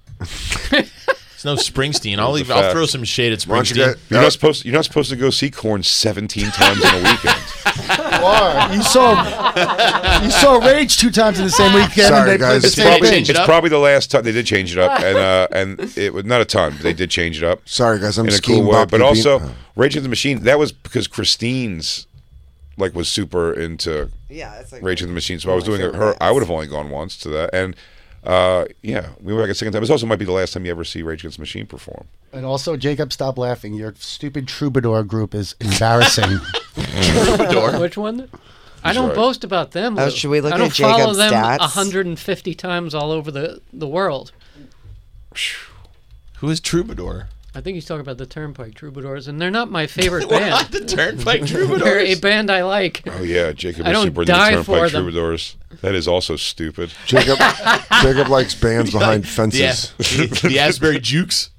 Speaker 5: It's no Springsteen. I'll
Speaker 4: It's
Speaker 5: leave,
Speaker 4: a
Speaker 5: I'll
Speaker 4: fact.
Speaker 5: throw some shade at
Speaker 3: Why don't you
Speaker 5: Springsteen.
Speaker 3: get-
Speaker 4: You're not supposed. You're not supposed to go see Corn 17 times in a weekend.
Speaker 7: You are. You saw you saw Rage two times in the same weekend.
Speaker 3: Sorry,
Speaker 7: and they
Speaker 3: guys.
Speaker 7: Played the
Speaker 3: It's
Speaker 4: It's
Speaker 7: same
Speaker 4: probably,
Speaker 7: thing.
Speaker 4: it's probably the last time they did change it up, and uh, and it was not a ton. But they did change it up.
Speaker 3: Sorry, guys. I'm
Speaker 4: in a
Speaker 3: skiing.
Speaker 4: cool way.
Speaker 3: Bob
Speaker 4: But
Speaker 3: Levine.
Speaker 4: also, Rage Against the Machine. That was because Christine's like was super into
Speaker 6: Yeah, it's like
Speaker 4: Rage Against the Machine. So I was
Speaker 6: my
Speaker 4: doing it.
Speaker 6: favorite
Speaker 4: Her, I
Speaker 6: bands.
Speaker 4: would have only gone once to that, and uh, yeah, we went back a second time. This also might be the last time you ever see Rage Against the Machine perform.
Speaker 7: And also, Jacob, stop laughing. Your stupid troubadour group is embarrassing.
Speaker 8: Which one? I don't
Speaker 4: right.
Speaker 8: boast about them.
Speaker 6: Oh,
Speaker 8: Lou.
Speaker 6: should we look
Speaker 8: I don't
Speaker 6: at
Speaker 8: follow
Speaker 6: Jacob's
Speaker 8: them
Speaker 6: stats?
Speaker 8: 150 times all over the, the world.
Speaker 5: Who is Troubadour?
Speaker 8: I think he's talking about the Turnpike Troubadours, and they're not my favorite
Speaker 5: We're not
Speaker 8: band.
Speaker 5: the Turnpike
Speaker 8: They're a
Speaker 5: Troubadours.
Speaker 8: band I like.
Speaker 4: Oh yeah, Jacob
Speaker 8: I
Speaker 4: is
Speaker 8: don't
Speaker 4: super into the
Speaker 8: die
Speaker 4: Turnpike
Speaker 8: for them.
Speaker 4: Troubadours. That is also stupid.
Speaker 3: Jacob, Jacob likes bands behind
Speaker 5: The,
Speaker 3: fences.
Speaker 5: the, the Asbury Jukes.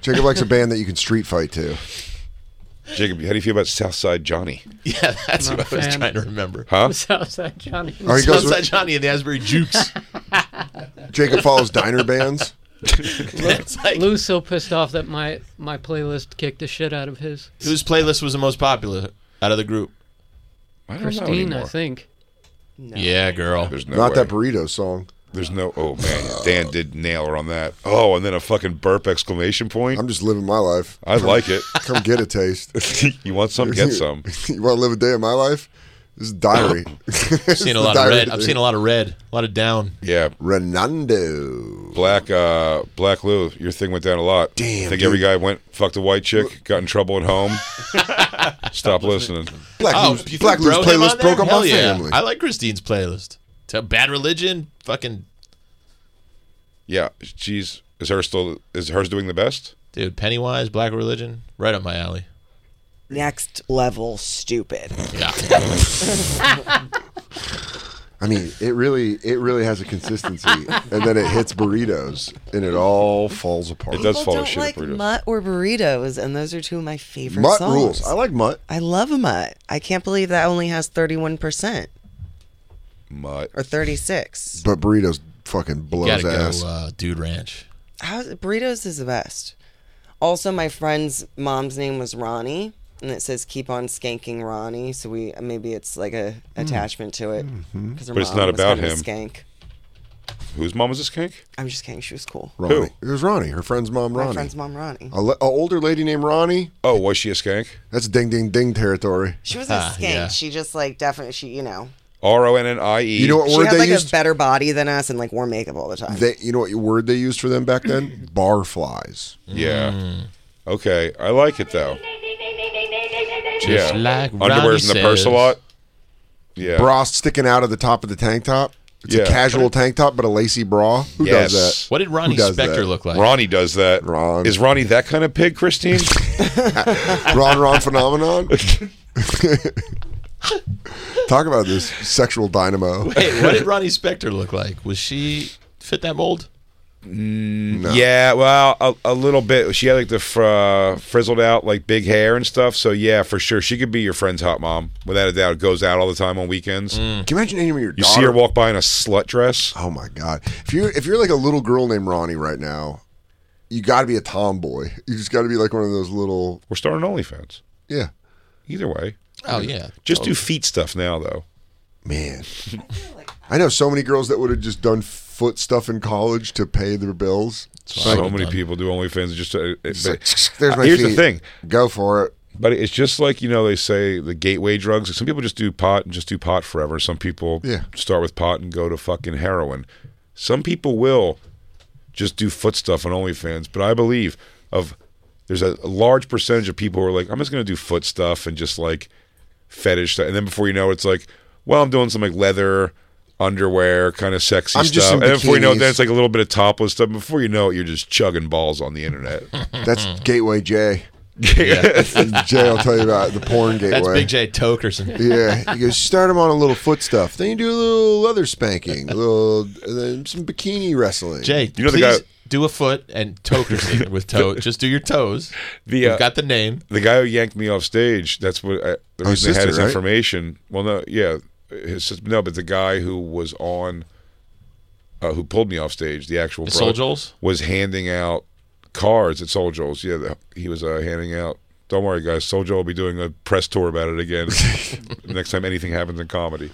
Speaker 3: Jacob likes a band that you can street fight to.
Speaker 4: Jacob, how do you feel about Southside Johnny?
Speaker 5: Yeah, that's
Speaker 8: Not
Speaker 5: what I
Speaker 8: a
Speaker 5: was
Speaker 8: fan.
Speaker 5: trying to remember.
Speaker 4: Huh?
Speaker 8: Southside Johnny.
Speaker 3: Or he goes
Speaker 5: Southside
Speaker 3: with,
Speaker 5: Johnny and the Asbury Jukes.
Speaker 3: Jacob follows diner bands.
Speaker 5: it's like,
Speaker 8: Lou's so pissed off that my, my playlist kicked the shit out of his.
Speaker 5: whose playlist was the most popular out of the group?
Speaker 4: I don't know
Speaker 8: Christine, I
Speaker 4: anymore.
Speaker 8: think.
Speaker 5: Yeah, girl.
Speaker 4: There's no
Speaker 3: Not
Speaker 4: way.
Speaker 3: that burrito song.
Speaker 4: There's no. Oh man, Dan did nail her on that. Oh, and then a fucking burp exclamation point.
Speaker 3: I'm just living my life.
Speaker 4: I like it.
Speaker 3: Come get a taste.
Speaker 4: you want some? Get some.
Speaker 3: you want to live a day of my life? This is diary.
Speaker 5: I've seen a lot of red. I've seen a lot of red. A lot of down.
Speaker 4: Yeah,
Speaker 3: Renando.
Speaker 4: black. Uh, black Lou. Your thing went down a lot.
Speaker 3: Damn,
Speaker 4: Think
Speaker 3: dude.
Speaker 4: every guy went fucked a white chick, got in trouble at home. Stop listening.
Speaker 3: Black
Speaker 5: Oh,
Speaker 3: Lou's
Speaker 5: you think
Speaker 3: Black Lou's
Speaker 5: throw him on
Speaker 3: playlist
Speaker 5: there?
Speaker 3: broke up
Speaker 5: Hell
Speaker 3: my
Speaker 5: yeah.
Speaker 3: family.
Speaker 5: I like Christine's playlist. Tell Bad Religion, fucking
Speaker 4: Yeah, she's is hers still is hers doing the best?
Speaker 5: dude. Pennywise, Black Religion, right up my alley.
Speaker 6: next level stupid.
Speaker 5: Yeah,
Speaker 3: I mean, it really, it really has a consistency, and then it hits burritos, and it all falls apart.
Speaker 4: It does
Speaker 6: People
Speaker 4: fall
Speaker 6: don't
Speaker 4: shit at
Speaker 6: like
Speaker 4: burritos.
Speaker 6: mutt or burritos, and those are two of my favorite
Speaker 3: Mutt
Speaker 6: songs.
Speaker 3: rules. I like mutt.
Speaker 6: I love a mutt. I can't believe that only has thirty-one percent
Speaker 4: Mutt.
Speaker 6: or thirty-six.
Speaker 3: But burritos fucking blows
Speaker 5: gotta
Speaker 3: ass.
Speaker 5: go, uh, Dude Ranch.
Speaker 6: How, burritos is the best. Also, my friend's mom's name was Ronnie, and it says "Keep on skanking Ronnie." So we maybe it's like a
Speaker 5: Hmm.
Speaker 6: attachment to it
Speaker 5: Mm-hmm.
Speaker 6: because her
Speaker 4: But it's
Speaker 6: mom
Speaker 4: not
Speaker 6: was
Speaker 4: about
Speaker 6: kind of a
Speaker 4: him.
Speaker 6: Skank.
Speaker 4: Whose mom was this kink?
Speaker 6: I'm just kidding. She was cool.
Speaker 3: Ronnie. It was Ronnie, her friend's mom,
Speaker 6: My
Speaker 3: Ronnie.
Speaker 6: friend's mom, Ronnie.
Speaker 3: A, le- a older lady named Ronnie.
Speaker 4: Oh, was she a skank?
Speaker 3: That's ding, ding, ding territory.
Speaker 6: She was a
Speaker 5: Ah,
Speaker 6: skank.
Speaker 5: yeah.
Speaker 6: She just like definitely. She you know
Speaker 4: R O N N I E.
Speaker 3: You know what
Speaker 6: she
Speaker 3: word
Speaker 6: had
Speaker 3: they
Speaker 6: like
Speaker 3: used?
Speaker 6: a better body than us and like wore makeup all the time.
Speaker 3: they, you know what word they used for them back then? Barflies.
Speaker 4: Yeah.
Speaker 6: Mm.
Speaker 4: Okay, I like it though.
Speaker 5: Just
Speaker 4: yeah.
Speaker 5: like
Speaker 4: Underwear's in
Speaker 5: Ronnie
Speaker 4: the purse
Speaker 5: says.
Speaker 4: a lot. Yeah.
Speaker 3: Bra sticking out of the top of the tank top. It's
Speaker 4: Yeah.
Speaker 3: a casual tank top, but a lacy bra. Who does
Speaker 4: Yes.
Speaker 3: that?
Speaker 5: What did Ronnie
Speaker 3: does
Speaker 5: Spector
Speaker 3: that?
Speaker 5: look like?
Speaker 4: Ronnie does that.
Speaker 3: Ron.
Speaker 4: Is Ronnie that kind of pig, Christine?
Speaker 3: Ron Ron phenomenon. Talk about this sexual dynamo.
Speaker 5: Hey, what did Ronnie Spector look like? Was she fit that mold?
Speaker 4: Mm, Yeah, well, a, a little bit. She had like the fr- uh, frizzled out, like big hair and stuff. So yeah, for sure, she could be your friend's hot mom without a doubt. Goes out all the time on weekends.
Speaker 3: Can you imagine any of your
Speaker 4: You see
Speaker 3: Mm.
Speaker 4: her
Speaker 3: daughter-
Speaker 4: walk by in a slut dress.
Speaker 3: Oh my god! If you if you're like a little girl named Ronnie right now, you got to be a tomboy. You just got to be like one of those little.
Speaker 4: We're starting OnlyFans.
Speaker 3: Yeah.
Speaker 4: Either way.
Speaker 5: Oh, yeah.
Speaker 4: Just do feet stuff now though.
Speaker 3: Man, I know so many girls that would have just done foot stuff in college to pay their bills.
Speaker 4: So, many people do OnlyFans just. To, it-
Speaker 3: It's
Speaker 4: but-
Speaker 3: like, there's my
Speaker 4: here's the
Speaker 3: feet.
Speaker 4: thing.
Speaker 3: Go for it.
Speaker 4: But it's just like you know they say the gateway drugs. Some people just do pot and just do pot forever. Some people
Speaker 3: Yeah.
Speaker 4: start with pot and go to fucking heroin. Some people will just do foot stuff on OnlyFans. But I believe of there's a, a large percentage of people who are like I'm just gonna do foot stuff and just like fetish stuff. And then before you know it, it's like well I'm doing some like leather underwear kind of sexy
Speaker 3: I'm
Speaker 4: stuff.
Speaker 3: just in
Speaker 4: and then before you know it, then
Speaker 3: bikinis.
Speaker 4: it's like a little bit of topless stuff. Before you know it, you're just chugging balls on the internet.
Speaker 3: That's Gateway J.
Speaker 4: Yeah.
Speaker 3: Jay, I'll tell you about the porn gateway.
Speaker 5: That's Big J Tokerson.
Speaker 3: Yeah, you go start them on a little foot stuff. Then you do a little leather spanking, a little and then some bikini wrestling.
Speaker 5: Jay,
Speaker 4: You know the
Speaker 5: please
Speaker 4: guy-
Speaker 5: do a foot and Tokerson with toe. Just do your toes.
Speaker 4: The,
Speaker 5: We've
Speaker 4: uh,
Speaker 5: got the name.
Speaker 4: the guy who yanked me off stage. That's what I, the
Speaker 3: Oh,
Speaker 4: reason
Speaker 3: his
Speaker 4: they had
Speaker 3: sister,
Speaker 4: his
Speaker 3: right?
Speaker 4: information. Well, no, yeah, his sis- no, but the guy who was on, uh, who pulled me off stage, the actual
Speaker 5: The
Speaker 4: brother,
Speaker 5: Soul Joel's?
Speaker 4: was handing out cards at Soul Joel's. Yeah, the, he was uh, handing out. Don't worry, guys. Soul Joel will be doing a press tour about it again next time anything happens in comedy.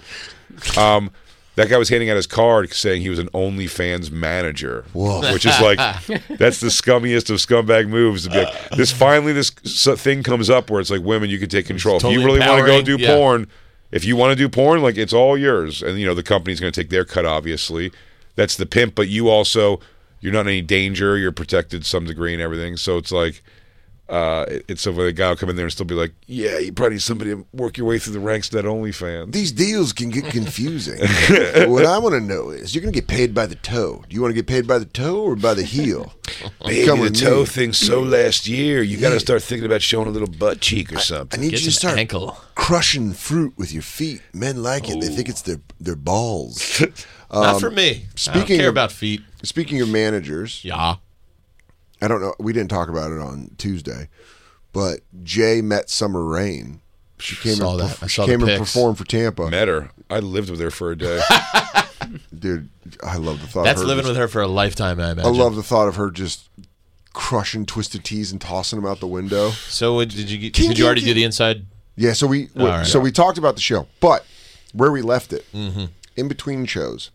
Speaker 4: Um, that guy was handing out his card saying he was an OnlyFans manager,
Speaker 3: Whoa.
Speaker 4: which is like that's the scummiest of scumbag moves. To be like, this finally this so- thing comes up where it's like women, you can take control. if
Speaker 5: totally
Speaker 4: you really want to go
Speaker 5: empowering,
Speaker 4: do
Speaker 5: yeah.
Speaker 4: porn, if you want to do porn, like it's all yours, and you know the company's going to take their cut. Obviously, that's the pimp, but you also you're not in any danger. You're protected to some degree and everything. So it's like. Uh, it- it's so the guy will come in there and still be like, "Yeah, you probably need somebody to work your way through the ranks of that OnlyFans."
Speaker 3: These deals can get confusing. what I want to know is, you're going to get paid by the toe. Do you want to get paid by the toe or by the heel?
Speaker 4: Baby,
Speaker 3: Come
Speaker 4: the
Speaker 3: with
Speaker 4: toe
Speaker 3: me.
Speaker 4: thing so last year. You got to start thinking about showing a little butt cheek or
Speaker 3: I
Speaker 4: something.
Speaker 3: need
Speaker 5: Get
Speaker 3: you to
Speaker 5: some
Speaker 3: start
Speaker 5: ankle.
Speaker 3: crushing fruit with your feet. Men like it; they think it's their their balls.
Speaker 5: Not
Speaker 3: Um,
Speaker 5: for me. I don't
Speaker 3: Speaking
Speaker 5: care
Speaker 3: of,
Speaker 5: about feet.
Speaker 3: speaking of managers,
Speaker 5: Yeah.
Speaker 3: I don't know. We didn't talk about it on Tuesday, but Jay met Summer Rain. She came
Speaker 5: Saw
Speaker 3: and,
Speaker 5: that.
Speaker 3: perf-
Speaker 5: I
Speaker 3: she
Speaker 5: saw the
Speaker 3: came and
Speaker 5: pics.
Speaker 3: performed for Tampa.
Speaker 4: Met her. I lived with her for a day.
Speaker 3: Dude, I love the thought.
Speaker 5: That's
Speaker 3: of her
Speaker 5: living
Speaker 3: just-
Speaker 5: with her for a lifetime, I
Speaker 3: I
Speaker 5: imagine.
Speaker 3: love the thought of her just crushing twisted teas and tossing them out the window.
Speaker 5: So uh, did you get-
Speaker 3: King,
Speaker 5: did you
Speaker 3: king,
Speaker 5: already
Speaker 3: king.
Speaker 5: do the inside?
Speaker 3: Yeah, so we we-
Speaker 5: right.
Speaker 3: so we talked about the show, but where we left it in between shows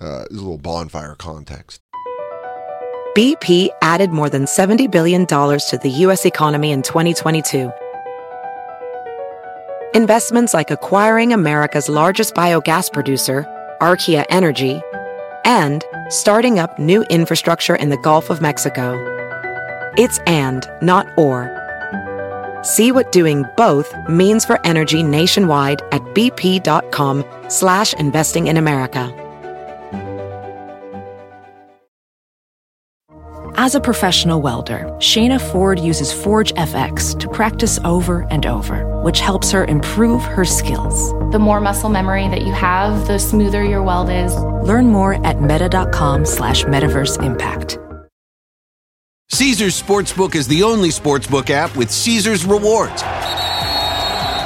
Speaker 3: uh, is a little bonfire context.
Speaker 13: BP added more than $70 billion to the U.S. economy in 2022. Investments like acquiring America's largest biogas producer, Archaea Energy, and starting up new infrastructure in the Gulf of Mexico. It's and, not or. See what doing both means for energy nationwide at bp.com slash investing in America.
Speaker 14: As a professional welder, Shayna Ford uses Forge FX to practice over and over, which helps her improve her skills.
Speaker 15: The more muscle memory that you have, the smoother your weld is.
Speaker 14: Learn more at meta.com slash metaverse impact.
Speaker 16: Caesar's Sportsbook is the only sportsbook app with Caesar's rewards.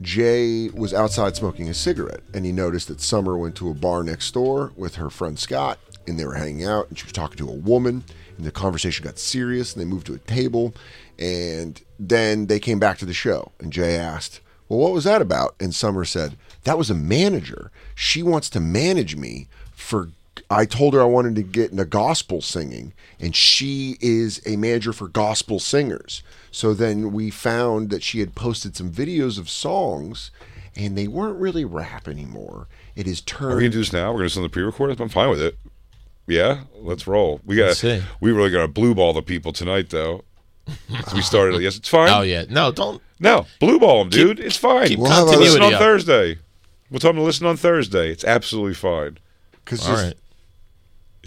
Speaker 3: Jay was outside smoking a cigarette, and he noticed that Summer went to a bar next door with her friend Scott, and they were hanging out, and she was talking to a woman, and the conversation got serious, and they moved to a table, and then they came back to the show, and Jay asked, "Well, what was that about?" And Summer said, "That was a manager. She wants to manage me for." I told her I wanted to get into gospel singing, and she is a manager for gospel singers. So then we found that she had posted some videos of songs, and they weren't really rap anymore. It is
Speaker 4: Are we
Speaker 3: turned.
Speaker 4: gonna do this now? We're gonna send the pre-recorded. I'm fine with it. Yeah, let's roll. We got
Speaker 5: Let's see.
Speaker 4: to we really got to blue ball the people tonight though. 'Cause we started. it. Yes, it's fine.
Speaker 5: Oh yeah, no, don't.
Speaker 4: No, blue ball them, dude. it's fine.
Speaker 5: keep
Speaker 4: We'll have a listen on
Speaker 5: continuity up.
Speaker 4: Thursday. We'll tell them to listen on Thursday. It's absolutely fine.
Speaker 3: Because
Speaker 5: All right.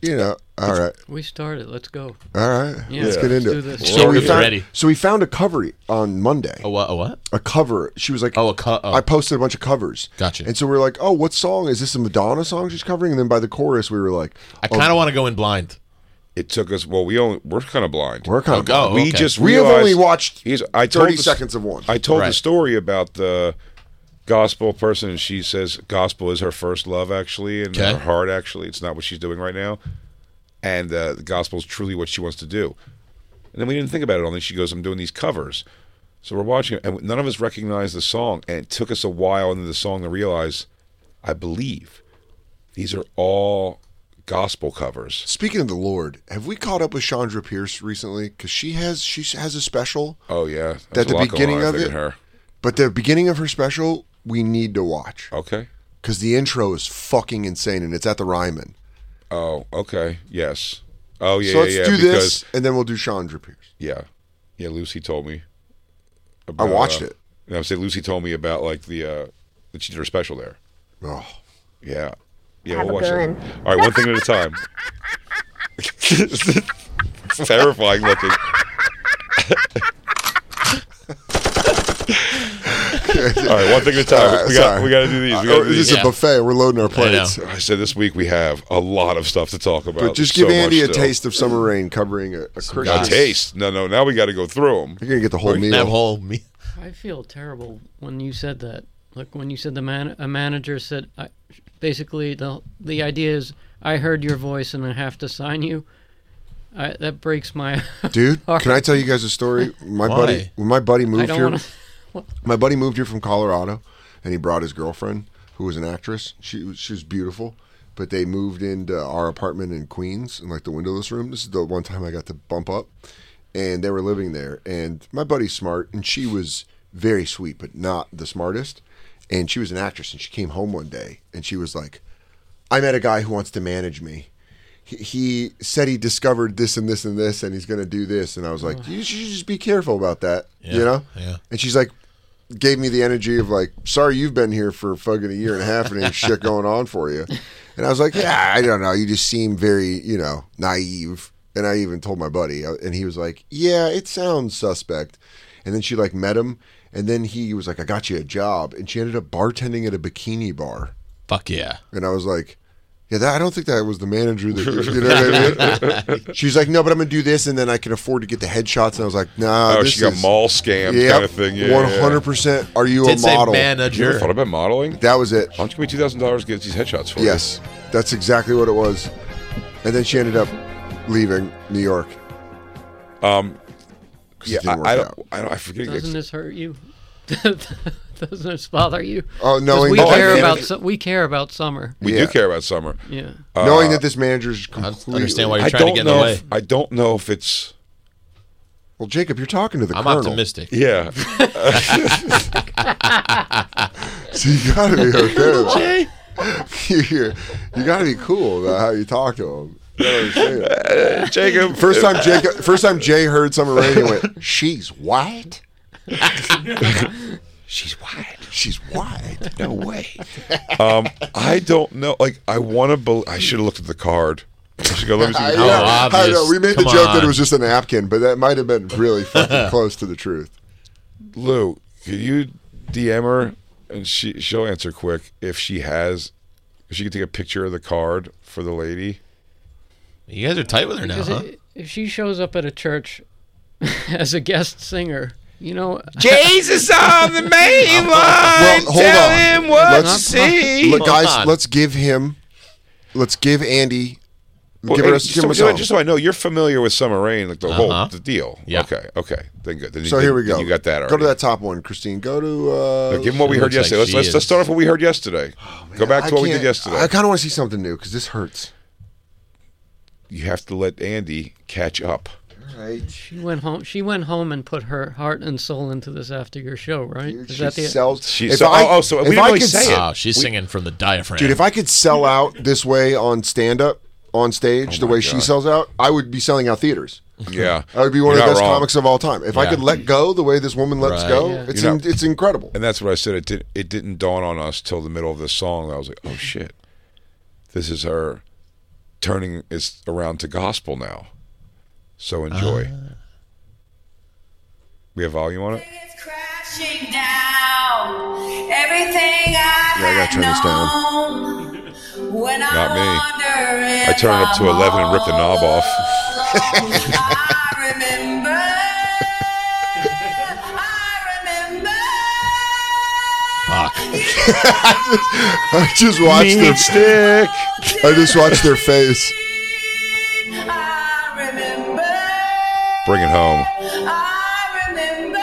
Speaker 3: You know, all right.
Speaker 8: We started. Let's go.
Speaker 3: All right,
Speaker 8: Yeah,
Speaker 3: let's get into
Speaker 8: do
Speaker 3: it.
Speaker 8: this.
Speaker 5: So
Speaker 3: we
Speaker 5: we're
Speaker 3: found,
Speaker 5: ready.
Speaker 3: So we found a cover on Monday.
Speaker 5: A what? A what?
Speaker 3: A cover. She was like,
Speaker 5: Oh, a co- oh.
Speaker 3: I posted a bunch of covers.
Speaker 5: Gotcha.
Speaker 3: And so we were like, oh, what song is this? A Madonna song she's covering? And then by the chorus, we were like, oh,
Speaker 5: I kind of want to go in blind.
Speaker 4: It took us. Well, we only we're kind of blind.
Speaker 3: We're kinda Oh, go, blind.
Speaker 4: We
Speaker 3: okay.
Speaker 4: just
Speaker 3: We have
Speaker 4: realized-
Speaker 3: only watched
Speaker 4: he's- I told
Speaker 3: 30
Speaker 4: the s-
Speaker 3: seconds of one.
Speaker 4: I told the
Speaker 3: Right.
Speaker 4: story about the gospel person, and she says gospel is her first love, actually, and
Speaker 5: Okay.
Speaker 4: her heart. Actually, it's not what she's doing right now, and uh, the gospel is truly what she wants to do. And then we didn't think about it. Only she goes, "I'm doing these covers," so we're watching it, and none of us recognized the song. And it took us a while into the song to realize, I believe, these are all gospel covers.
Speaker 3: Speaking of the Lord, have we caught up with Chandra Pierce recently? Because she has she has a special.
Speaker 4: Oh yeah,
Speaker 3: At
Speaker 4: There's a
Speaker 3: the
Speaker 4: lot going
Speaker 3: beginning
Speaker 4: on, I
Speaker 3: of
Speaker 4: think,
Speaker 3: it,
Speaker 4: in her.
Speaker 3: but the beginning of her special, we need to watch.
Speaker 4: Okay.
Speaker 3: Because the intro is fucking insane, and it's at the Ryman.
Speaker 4: Oh, okay. Yes. Oh, yeah.
Speaker 3: so let's
Speaker 4: yeah, yeah,
Speaker 3: do
Speaker 4: because,
Speaker 3: this, and then we'll do Chandra Pierce.
Speaker 4: Yeah. Yeah. Lucy told me.
Speaker 3: watched
Speaker 4: uh,
Speaker 3: it.
Speaker 4: And I would say Lucy told me about like the uh that she did her special there.
Speaker 3: Oh.
Speaker 4: Yeah. Yeah.
Speaker 17: Have
Speaker 4: we'll
Speaker 17: a
Speaker 4: watch
Speaker 17: good
Speaker 4: it.
Speaker 17: one.
Speaker 4: All right. One thing at a time. it's terrifying looking. All right, one thing at a time.
Speaker 3: All right,
Speaker 4: we got
Speaker 3: Uh, sorry.
Speaker 4: we got to do these. We
Speaker 3: Oh,
Speaker 4: gotta do
Speaker 3: this is
Speaker 4: these.
Speaker 3: a buffet. We're loading our plates.
Speaker 4: I said this week we have a lot of stuff to talk about.
Speaker 3: But just give
Speaker 4: There's so
Speaker 3: Andy a
Speaker 4: much still.
Speaker 3: taste of summer rain covering a, a Christian.
Speaker 4: Not taste. No, no. Now we got to go through them.
Speaker 3: You're gonna get the whole meal.
Speaker 5: meal.
Speaker 8: I feel terrible when you said that. Like when you said the man, a manager said, I, basically the the idea is I heard your voice and I have to sign you. I, that breaks my
Speaker 3: Dude,
Speaker 8: heart.
Speaker 3: can I tell you guys a story? My buddy,
Speaker 8: Why?
Speaker 3: when my buddy moved
Speaker 8: don't
Speaker 3: here,
Speaker 8: wanna- What?
Speaker 3: my buddy moved here from Colorado, and he brought his girlfriend, who was an actress. She was she was beautiful, but they moved into our apartment in Queens, in like the windowless room. This is the one time I got to bump up, and they were living there. And my buddy's smart, and she was very sweet, but not the smartest. And she was an actress, and she came home one day, and she was like, "I met a guy who wants to manage me." he- he said he discovered this and this and this and he's going to do this and i was like you should just be careful about that you
Speaker 5: Yeah,
Speaker 3: know
Speaker 5: yeah.
Speaker 3: and she's like gave me the energy of like sorry you've been here for fucking a year and a half and ain't shit going on for you and i was like yeah i don't know you just seem very you know naive and i even told my buddy uh, and he was like yeah it sounds suspect and then she like met him and then he was like i got you a job and she ended up bartending at a bikini bar
Speaker 5: Fuck yeah.
Speaker 3: and I was like, yeah, that, I don't think that was the manager. That, you know what I mean? She's like, no, but I'm going to do this, and then I can afford to get the headshots. And I was like, nah.
Speaker 4: oh,
Speaker 3: Uh, this
Speaker 4: she got
Speaker 3: is-
Speaker 4: mall scam
Speaker 3: Yep,
Speaker 4: kind of thing. Yeah, yeah.
Speaker 3: 100%. Are you
Speaker 5: Did
Speaker 3: a
Speaker 5: say
Speaker 3: model?
Speaker 4: You ever
Speaker 5: manager.
Speaker 4: thought about modeling?
Speaker 3: That was it.
Speaker 4: Why don't you give me two thousand dollars? to Get these headshots for you?
Speaker 3: Yes, that's exactly what it was. And then she ended up leaving New York.
Speaker 4: Um,
Speaker 3: 'Cause it
Speaker 4: yeah.
Speaker 3: didn't
Speaker 4: I,
Speaker 3: work
Speaker 4: I don't.
Speaker 3: out.
Speaker 4: I don't. I forget.
Speaker 8: Doesn't this hurt you? Doesn't this bother you?
Speaker 3: Oh,
Speaker 8: 'Cause
Speaker 3: knowing
Speaker 8: we
Speaker 3: that-
Speaker 8: care
Speaker 3: Oh, I
Speaker 8: about
Speaker 3: can't-
Speaker 8: su- we care about summer.
Speaker 4: We
Speaker 3: Yeah.
Speaker 4: do care about summer.
Speaker 8: Yeah.
Speaker 4: Uh,
Speaker 3: Knowing that this manager is completely.
Speaker 5: understand why you're
Speaker 4: I
Speaker 5: trying to
Speaker 4: don't
Speaker 5: get in the
Speaker 4: know
Speaker 5: way.
Speaker 4: if- I don't know if it's.
Speaker 3: Well, Jacob, you're talking to the
Speaker 5: I'm
Speaker 3: colonel.
Speaker 5: optimistic.
Speaker 4: Yeah.
Speaker 3: So you gotta be okay. with it. you gotta be cool about how you talk to him. You gotta understand.
Speaker 4: Jacob.
Speaker 3: First time Jacob. First time Jay heard Summer Rae, he went, "She's white.
Speaker 4: She's white.
Speaker 3: She's white.
Speaker 4: No way." Um, I don't know. Like, I want to. Be- I should have looked at the card. I should go. Let me see.
Speaker 3: I
Speaker 4: the
Speaker 3: know,
Speaker 4: card."
Speaker 3: I know. We made the joke that it was just a napkin, but that might have been really fucking close to the truth.
Speaker 4: Lou, can you DM her and she she'll answer quick if she has. If she can take a picture of the card for the lady.
Speaker 5: You guys are tight with her now,
Speaker 8: Because
Speaker 5: huh?
Speaker 8: i- if she shows up at a church as a guest singer, you know,
Speaker 5: Jesus on the main
Speaker 3: Well,
Speaker 8: line.
Speaker 3: hold on. let's, Look, guys, let's give him. Let's give Andy.
Speaker 4: Well,
Speaker 3: give
Speaker 4: hey,
Speaker 3: us.
Speaker 4: just,
Speaker 3: Give
Speaker 4: so,
Speaker 3: him a
Speaker 4: so-
Speaker 3: song.
Speaker 4: just so I know, you're familiar with Summer Rain, like the
Speaker 5: Uh-huh.
Speaker 4: whole the deal.
Speaker 5: Yeah.
Speaker 4: Okay. Okay. Then good. Then you-
Speaker 3: So
Speaker 4: then-
Speaker 3: here we
Speaker 4: then
Speaker 3: go.
Speaker 4: You got that.
Speaker 3: Go
Speaker 4: Already.
Speaker 3: to that top one, Christine. Go to. Uh, Oh,
Speaker 4: give him what we heard yesterday. let's, let's let's start off what we heard yesterday. go back to
Speaker 3: I
Speaker 4: what we did
Speaker 3: can't-
Speaker 4: yesterday.
Speaker 3: I kind of want to see something new because this hurts.
Speaker 4: you have to let Andy catch up.
Speaker 8: she went home. She went home and put her heart and soul into this after your show, right? Is
Speaker 3: she
Speaker 8: that the
Speaker 3: sells-
Speaker 4: She,
Speaker 3: If
Speaker 4: so,
Speaker 3: I-
Speaker 4: oh, oh, so
Speaker 3: if
Speaker 4: we didn't
Speaker 3: I
Speaker 4: really
Speaker 3: could
Speaker 4: say
Speaker 3: s-
Speaker 4: it.
Speaker 5: Oh, she's
Speaker 4: We-
Speaker 5: singing from the diaphragm.
Speaker 3: Dude, if I could sell out this way on stand up, on stage, the way she sells out, I would be selling out theaters.
Speaker 4: Oh Yeah.
Speaker 3: I would be one
Speaker 4: You're
Speaker 3: of the
Speaker 4: not
Speaker 3: best
Speaker 4: wrong.
Speaker 3: comics of all time. If I
Speaker 4: Yeah.
Speaker 3: could let go the way this woman lets
Speaker 4: Right.
Speaker 3: go,
Speaker 4: Yeah.
Speaker 3: it's
Speaker 4: You're
Speaker 3: in,
Speaker 4: not-
Speaker 3: it's incredible.
Speaker 4: And that's what I said. It did. It didn't dawn on us till the middle of the song. I was like, "Oh shit, this is her turning it around to gospel now." So enjoy. we have volume on it.
Speaker 17: crashing down. Everything I
Speaker 4: Yeah, I gotta turn this
Speaker 17: down. When I
Speaker 4: Not me.
Speaker 17: wonder if
Speaker 4: I turn it up to
Speaker 17: I'm
Speaker 4: eleven and rip the knob off.
Speaker 17: I remember. I remember.
Speaker 5: Fuck.
Speaker 3: I just watched
Speaker 4: Meat
Speaker 3: their
Speaker 4: stick.
Speaker 3: I just watched their face.
Speaker 4: Bring it home.
Speaker 17: I remember.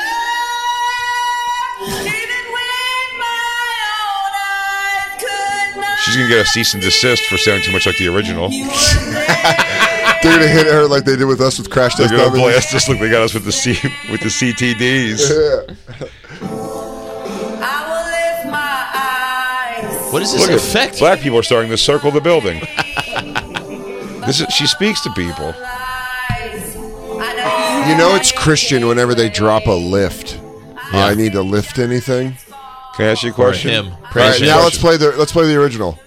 Speaker 17: Even when my own eyes could not.
Speaker 4: She's gonna get a cease and desist for sounding too much like the original.
Speaker 3: They're gonna hit her like they did with us with Crash
Speaker 4: They're
Speaker 3: Test
Speaker 4: gonna
Speaker 3: Dummies.
Speaker 4: blast us. Look, they got us with the C with the CTDs.
Speaker 3: Yeah.
Speaker 17: I will lift my eyes.
Speaker 4: Look, Black people are starting to circle the building. this is, she speaks to people.
Speaker 3: You know it's Christian whenever they drop a lift. I need to lift anything.
Speaker 4: Can I ask you a question?
Speaker 3: All
Speaker 5: him.
Speaker 4: Can I
Speaker 3: right,
Speaker 4: ask you a
Speaker 3: now let's
Speaker 4: question?
Speaker 3: play the let's play the original.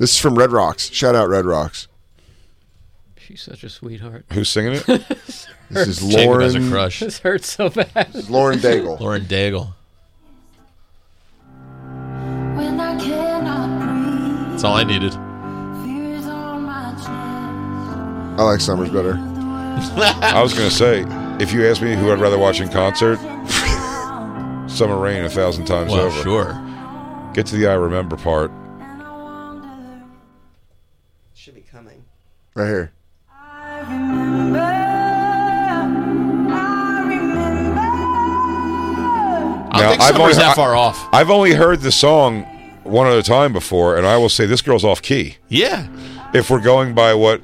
Speaker 3: This is from Red Rocks. Shout out Red Rocks.
Speaker 8: She's such a sweetheart.
Speaker 4: Who's singing it? this
Speaker 3: This is
Speaker 5: Jacob has a
Speaker 3: Lauren.
Speaker 5: crush.
Speaker 8: This hurts so bad.
Speaker 3: Lauren Daigle.
Speaker 5: Lauren Daigle.
Speaker 17: When I cannot
Speaker 5: That's all I needed.
Speaker 17: breathe, fears on my chest.
Speaker 3: I like Summers better.
Speaker 4: I was gonna say, if you ask me who I'd rather watch in concert, Summer Rain a thousand times
Speaker 5: Well,
Speaker 4: over.
Speaker 5: sure.
Speaker 4: Get to the I remember part.
Speaker 6: Should be coming.
Speaker 3: Right here.
Speaker 5: I don't think Summer's that far off.
Speaker 4: I've only heard the song one other time before, and I will say this girl's off key.
Speaker 5: Yeah.
Speaker 4: If we're going by what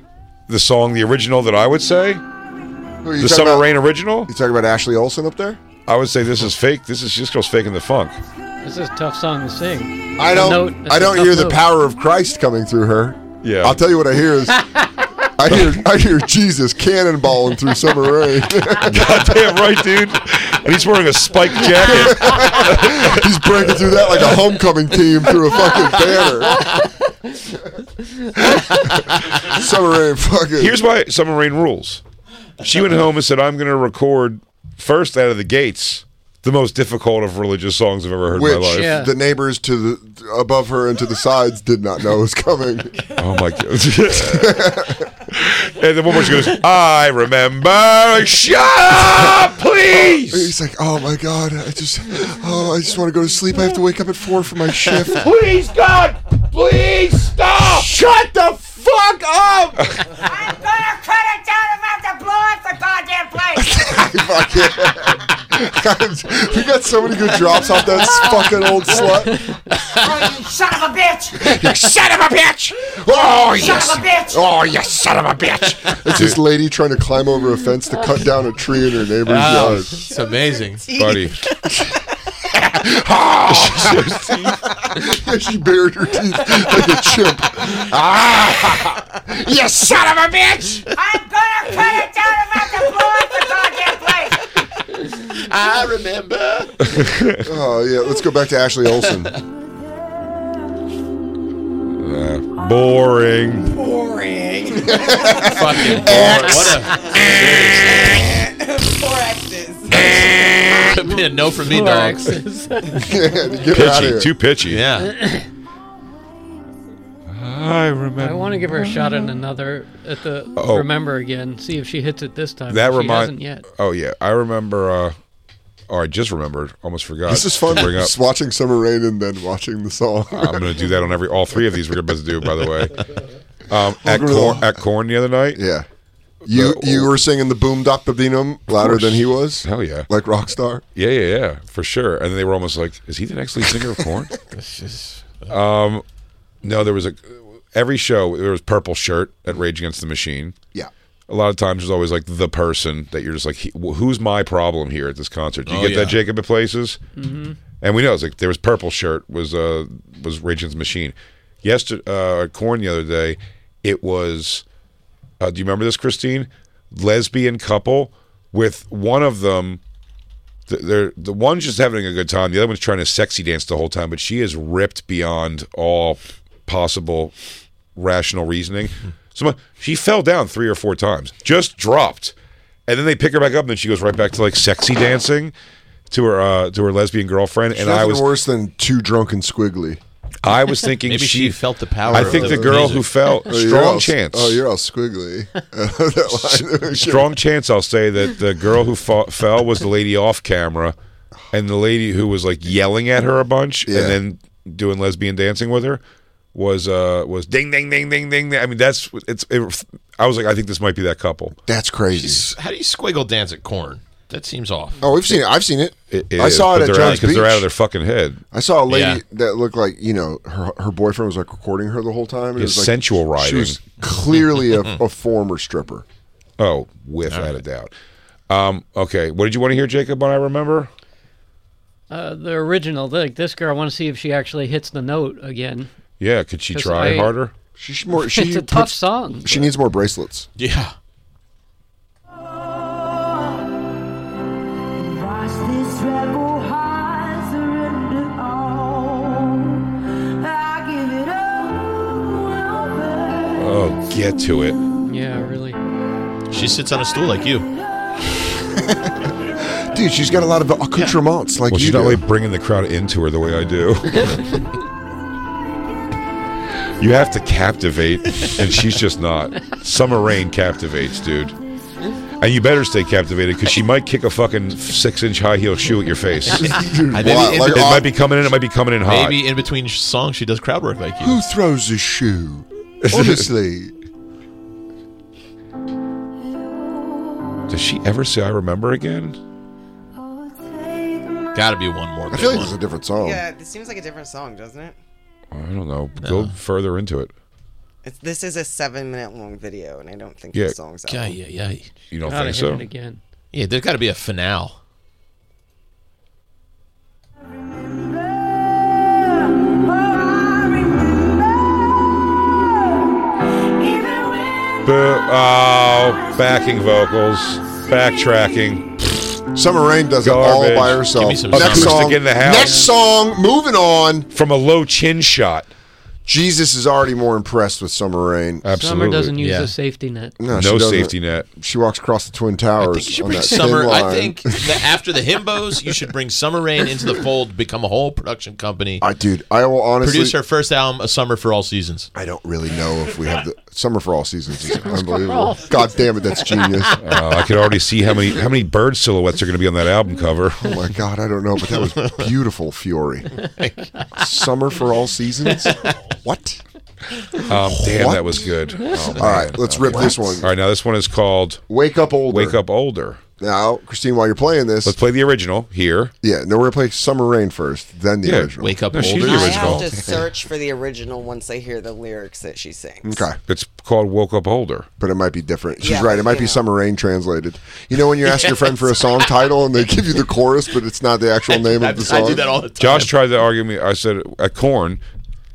Speaker 4: the song, the original that I would say,
Speaker 3: Who are you
Speaker 4: the
Speaker 3: talking
Speaker 4: Summer
Speaker 3: about?
Speaker 4: Rain original,
Speaker 3: You talking about Ashley Olsen up there?
Speaker 4: I would say this is fake. This is this girl's faking the funk.
Speaker 8: This is a tough song to sing.
Speaker 3: I
Speaker 8: It's a
Speaker 3: don't.
Speaker 8: note- it's
Speaker 3: I
Speaker 8: a
Speaker 3: don't
Speaker 8: tough
Speaker 3: hear the
Speaker 8: note.
Speaker 3: power of Christ coming through her.
Speaker 4: Yeah.
Speaker 3: I'll tell you what I hear is. I hear, I hear Jesus cannonballing through summer rain.
Speaker 4: Goddamn right, dude. And he's wearing a spiked jacket.
Speaker 3: He's breaking through that like a homecoming team through a fucking banner. summer rain, fucking.
Speaker 4: Here's why Summer Rain rules. She went home and said, I'm going to record first out of the gates the most difficult of religious songs I've ever heard in my
Speaker 3: which
Speaker 4: life.
Speaker 8: Yeah.
Speaker 3: the neighbors to the above her and to the sides did not know was coming.
Speaker 4: Oh my god! and then one more she goes, "I remember." Shut up, Ah, please,
Speaker 3: He's like, oh my god, I just, oh, I just want to go to sleep. I have to wake up at four for my shift.
Speaker 4: please, God, please stop. Shut the fuck up.
Speaker 17: I'm gonna cut it down if I have to blow up the goddamn place.
Speaker 3: we got so many good drops off that fucking old slut.
Speaker 17: oh, you son of a bitch!
Speaker 4: You son of a bitch! Oh yes!
Speaker 17: Son of a bitch!
Speaker 4: Oh you son of a bitch!
Speaker 3: It's this lady trying to climb over a fence to cut down a tree in her neighbor's
Speaker 5: Oh,
Speaker 3: yard.
Speaker 5: it's amazing.
Speaker 4: Buddy,
Speaker 3: Yeah, she buried her teeth like a chimp.
Speaker 4: Ah. you son of a bitch!
Speaker 17: I'm gonna cut it down if I have to blow up the goddamn place!
Speaker 5: I remember.
Speaker 3: Oh yeah, let's go back to Ashley Olsen.
Speaker 4: Uh, boring.
Speaker 5: Fucking boring. What a
Speaker 6: Four X's.
Speaker 5: Could be a no for me, dog.
Speaker 4: Pitchy, too pitchy.
Speaker 5: Yeah.
Speaker 4: I remember.
Speaker 8: I want to give her a shot at another at the
Speaker 4: Oh.
Speaker 8: remember again. See if she hits it this time.
Speaker 4: That
Speaker 8: she
Speaker 4: reminds.
Speaker 8: hasn't yet.
Speaker 4: Oh yeah, I remember. uh Oh, I just remembered. Almost forgot.
Speaker 3: This is
Speaker 4: to
Speaker 3: fun.
Speaker 4: Bring up.
Speaker 3: Just watching Summer Rain and then watching the song.
Speaker 4: I'm going to do that on every all three of these we're about to do. By the way, um, at
Speaker 3: We're gonna-
Speaker 4: corn at corn the other night.
Speaker 3: Yeah, You you were singing the boom dop da dinum louder than he was. Hell
Speaker 4: yeah,
Speaker 3: like rock star.
Speaker 4: Yeah, yeah, yeah, for sure. And they were almost like, "Is he the next lead singer of Corn?"
Speaker 5: uh,
Speaker 4: um, no, there was a every show there was purple shirt at Rage Against the Machine.
Speaker 3: Yeah.
Speaker 4: a lot of times there's always like the person that you're just like, "He- wh- "Who's my problem here at this concert?" Do you
Speaker 5: Oh,
Speaker 4: get
Speaker 5: yeah.
Speaker 4: that, Jacob, at places?
Speaker 5: Mhm.
Speaker 4: And we know it's like there was purple shirt was uh was Rage Against the Machine. Yesterday, uh, Corn the other day, it was. Uh, do you remember this, Christine? Lesbian couple with one of them th- they're the one's just having a good time. The other one's trying to sexy dance the whole time, but she is ripped beyond all possible rational reasoning. So she fell down three or four times, just dropped, and then they pick her back up, and then she goes right back to like sexy dancing to her uh, to her lesbian girlfriend.
Speaker 3: And
Speaker 4: And I was
Speaker 3: worse than too drunk and squiggly.
Speaker 4: I was thinking
Speaker 3: Maybe
Speaker 4: she,
Speaker 3: she felt the power
Speaker 4: I
Speaker 3: of
Speaker 4: think
Speaker 3: the
Speaker 4: the, girl who
Speaker 3: music.
Speaker 4: fell
Speaker 3: Oh, you're
Speaker 4: strong
Speaker 3: all-
Speaker 4: chance.
Speaker 3: oh, you're all squiggly. That line-
Speaker 4: strong chance I'll say that the girl who fa- fell was the lady off camera, and the lady who was like yelling at her a bunch
Speaker 3: Yeah.
Speaker 4: and then doing lesbian dancing with her was uh was ding ding ding ding ding. ding. I mean that's it's. It, I was like I think this might be that couple.
Speaker 3: That's crazy.
Speaker 5: How do you squiggle dance at corn? That seems off.
Speaker 3: Oh, we've seen it. I've seen it. I
Speaker 4: is,
Speaker 3: saw
Speaker 4: but
Speaker 3: it at
Speaker 4: they're out-
Speaker 3: Jones Beach.
Speaker 4: they're out of their fucking head.
Speaker 3: I saw a lady
Speaker 4: Yeah.
Speaker 3: that looked like you know her her boyfriend was like recording her the whole time. and it
Speaker 4: Yeah,
Speaker 3: was like-
Speaker 4: sensual
Speaker 3: She
Speaker 4: riding.
Speaker 3: was clearly a, a former stripper.
Speaker 4: Oh, without a doubt. Um, okay, what did you want to hear, Jacob? When I remember,
Speaker 8: Uh, the original, like this girl. I want to see if she actually hits the note again.
Speaker 4: yeah, could she
Speaker 8: 'Cause
Speaker 4: try
Speaker 8: I-
Speaker 4: harder?
Speaker 3: She should more. She
Speaker 8: it's a tough
Speaker 3: puts-
Speaker 8: song.
Speaker 3: She needs more bracelets.
Speaker 5: Yeah.
Speaker 17: Watch this rebel heart surrender all. I give it all over.
Speaker 4: Oh, get to it.
Speaker 8: Yeah, really.
Speaker 5: She sits on a stool like you.
Speaker 3: Dude, she's got a lot of accoutrements like
Speaker 4: well,
Speaker 3: you
Speaker 4: she's
Speaker 3: do.
Speaker 4: not really bringing the crowd into her the way I do. you have to captivate, and she's just not. Summer rain captivates, dude. And you better stay captivated because she might kick a fucking six-inch high heel shoe at your face.
Speaker 5: Dude,
Speaker 4: it
Speaker 5: wow, like-
Speaker 4: might be coming in. It might be coming in hot.
Speaker 5: Maybe in between sh- songs she does crowd work like you.
Speaker 3: Who throws a shoe? Honestly,
Speaker 4: Does she ever say "I remember" again?
Speaker 5: Gotta be one more.
Speaker 4: I
Speaker 5: big
Speaker 4: feel like
Speaker 5: one.
Speaker 4: it's a different song.
Speaker 6: Yeah, this seems like a different song, doesn't it?
Speaker 4: I don't know. Go further into it.
Speaker 6: It's, this is a seven-minute-long video, and I don't think
Speaker 4: Yeah.
Speaker 6: the song's out.
Speaker 5: Yeah, yeah, yeah.
Speaker 4: You don't
Speaker 8: Gotta
Speaker 4: think
Speaker 8: hit
Speaker 4: so?
Speaker 8: it again.
Speaker 5: Yeah, there's got to be a finale.
Speaker 4: Boo! Oh, backing vocals, backtracking.
Speaker 3: Summer Rain does it all by herself.
Speaker 4: Next song. In the house.
Speaker 3: Next song. Moving on
Speaker 4: from a low chin shot.
Speaker 3: Jesus is already more impressed with Summer Rain.
Speaker 8: Summer doesn't use the safety net.
Speaker 3: No, she
Speaker 4: No
Speaker 3: doesn't.
Speaker 4: safety net.
Speaker 3: She walks across the twin towers.
Speaker 5: You should
Speaker 3: on
Speaker 5: bring
Speaker 3: that thin
Speaker 5: summer. I
Speaker 3: line.
Speaker 5: think that after the himbos, you should bring Summer Rain into the fold, become a whole production company.
Speaker 3: I dude, I will honestly.
Speaker 5: produce her first album, A Summer for All Seasons.
Speaker 3: I don't really know if we have the summer for all seasons. Is unbelievable. God damn it, that's genius.
Speaker 4: Uh, I could already see how many how many bird silhouettes are going to be on that album cover.
Speaker 3: Oh my god, I don't know, but that was beautiful, Fury. Summer for all seasons. What?
Speaker 4: Um, damn,
Speaker 3: What?
Speaker 4: that was good. Oh,
Speaker 3: All right, let's rip this one.
Speaker 4: All right, now this one is called
Speaker 3: Wake Up Older.
Speaker 4: Wake Up Older.
Speaker 3: Now, Christine, while you're playing this,
Speaker 4: Let's play the original here.
Speaker 3: Yeah, no, we're gonna play Summer Rain first, then the
Speaker 4: Yeah,
Speaker 3: original.
Speaker 4: Wake Up No, she's Older. the
Speaker 6: I
Speaker 4: original.
Speaker 6: have to search for the original once I hear the lyrics that she sings.
Speaker 3: Okay.
Speaker 4: It's called Woke Up Older.
Speaker 3: But it might be different. She's
Speaker 6: Yeah,
Speaker 3: right. It might be
Speaker 6: yeah.
Speaker 3: Summer Rain translated. You know when you ask your friend for a song title and they give you the chorus, but it's not the actual name of the song?
Speaker 4: Josh tried to argue me. I said at Corn,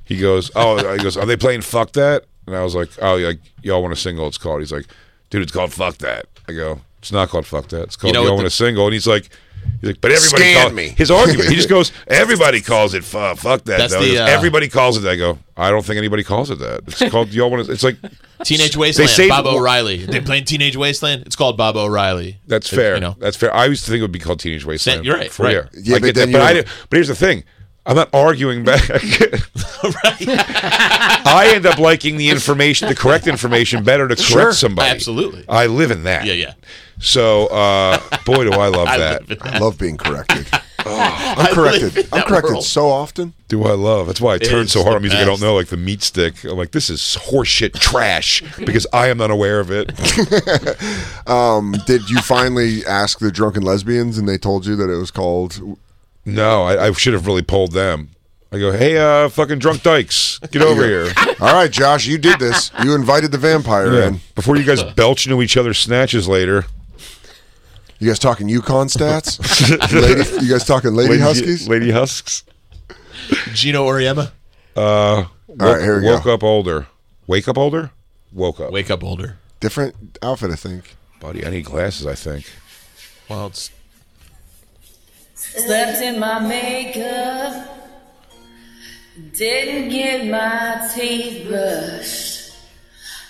Speaker 4: he goes, "Oh, he goes, are they playing Fuck That?" And I was like, "Oh, yeah, like y'all want a single? It's called." He's like, "Dude, it's called Fuck That." I go, It's not called fuck that. It's called
Speaker 5: know
Speaker 4: you,
Speaker 5: what
Speaker 4: don't want
Speaker 5: the-
Speaker 4: a single. And he's like, he's like, but everybody
Speaker 5: Scan
Speaker 4: call-
Speaker 5: me.
Speaker 4: His argument. He just goes, everybody calls it fuck. Fuck that.
Speaker 5: That's
Speaker 4: though.
Speaker 5: the,
Speaker 4: He goes,
Speaker 5: uh,
Speaker 4: everybody calls it. that." I go, I don't think anybody calls it that. It's called y'all want to. It's like
Speaker 5: Teenage
Speaker 4: they
Speaker 5: Wasteland,
Speaker 4: saved-
Speaker 5: Bob O'Reilly. They're playing Teenage Wasteland. It's called Bob O'Reilly.
Speaker 4: That's
Speaker 5: It-
Speaker 4: fair.
Speaker 5: you know.
Speaker 4: That's fair. I used to think it would be called Teenage Wasteland.
Speaker 5: you're right,
Speaker 4: For
Speaker 5: right.
Speaker 4: yeah.
Speaker 5: Yeah,
Speaker 4: I
Speaker 5: but
Speaker 4: get
Speaker 5: then
Speaker 4: that, but,
Speaker 5: you-
Speaker 4: I did- but here's the thing. I'm not arguing back. I end up liking the information, the correct information, better to correct
Speaker 5: Sure.
Speaker 4: somebody.
Speaker 5: Absolutely.
Speaker 4: I live in that.
Speaker 5: Yeah, yeah.
Speaker 4: So, uh, boy, do I love
Speaker 5: I
Speaker 4: that.
Speaker 5: live in
Speaker 3: I love being corrected.
Speaker 4: I
Speaker 3: I'm
Speaker 4: live in
Speaker 3: corrected. I'm
Speaker 4: that
Speaker 3: corrected
Speaker 4: world.
Speaker 3: so often.
Speaker 4: Do I love? That's why I
Speaker 3: It
Speaker 4: turn
Speaker 3: is
Speaker 4: so hard
Speaker 3: the
Speaker 4: on music I don't
Speaker 3: best.
Speaker 4: know, like the meat stick. I'm like, this is horseshit trash because I am not aware of it.
Speaker 3: Um, did you finally ask the drunken lesbians and they told you that it was called?
Speaker 4: No, I, I should have really pulled them. I go, hey, uh, fucking drunk dykes, get over here.
Speaker 3: All right, Josh, you did this. You invited the vampire
Speaker 4: Yeah.
Speaker 3: in.
Speaker 4: Before you guys belch into each other's snatches later.
Speaker 3: You guys talking Yukon stats? Lady- you guys talking lady huskies?
Speaker 4: Lady husks.
Speaker 5: Gino Oriema.
Speaker 4: Uh, woke,
Speaker 3: right, here we go.
Speaker 4: woke up older. Wake up older? Woke up.
Speaker 5: Wake up older.
Speaker 3: Different outfit, I think.
Speaker 4: Buddy, I need glasses, I think.
Speaker 5: Well, it's
Speaker 18: Slept in my makeup. Didn't get my teeth brushed.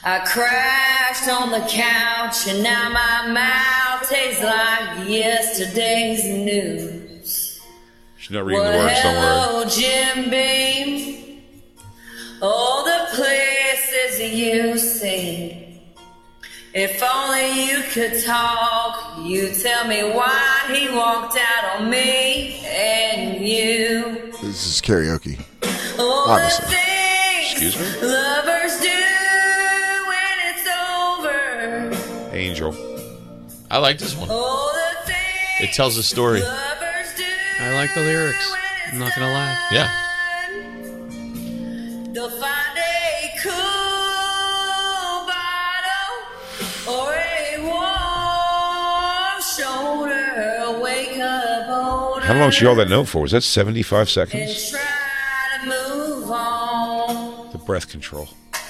Speaker 18: I crashed on the couch and now my mouth tastes like yesterday's news.
Speaker 4: She's not reading the words, don't worry.
Speaker 18: hello, Jim Beam. All the places you've seen. If only you could talk, you tell me why he walked out on me and you.
Speaker 3: This is karaoke.
Speaker 18: All
Speaker 3: Obviously.
Speaker 18: the things
Speaker 4: Excuse me?
Speaker 18: lovers do when it's over.
Speaker 4: Angel.
Speaker 5: I like this one.
Speaker 18: All the things
Speaker 5: It tells a story.
Speaker 18: lovers do.
Speaker 8: I like the lyrics. I'm not gonna lie.
Speaker 5: Yeah.
Speaker 18: They'll find a cool bottle or a warm shoulder. Wake up older
Speaker 4: How long she all that note for? Was that 75
Speaker 18: and
Speaker 4: seconds?
Speaker 18: try to move on.
Speaker 4: The breath control.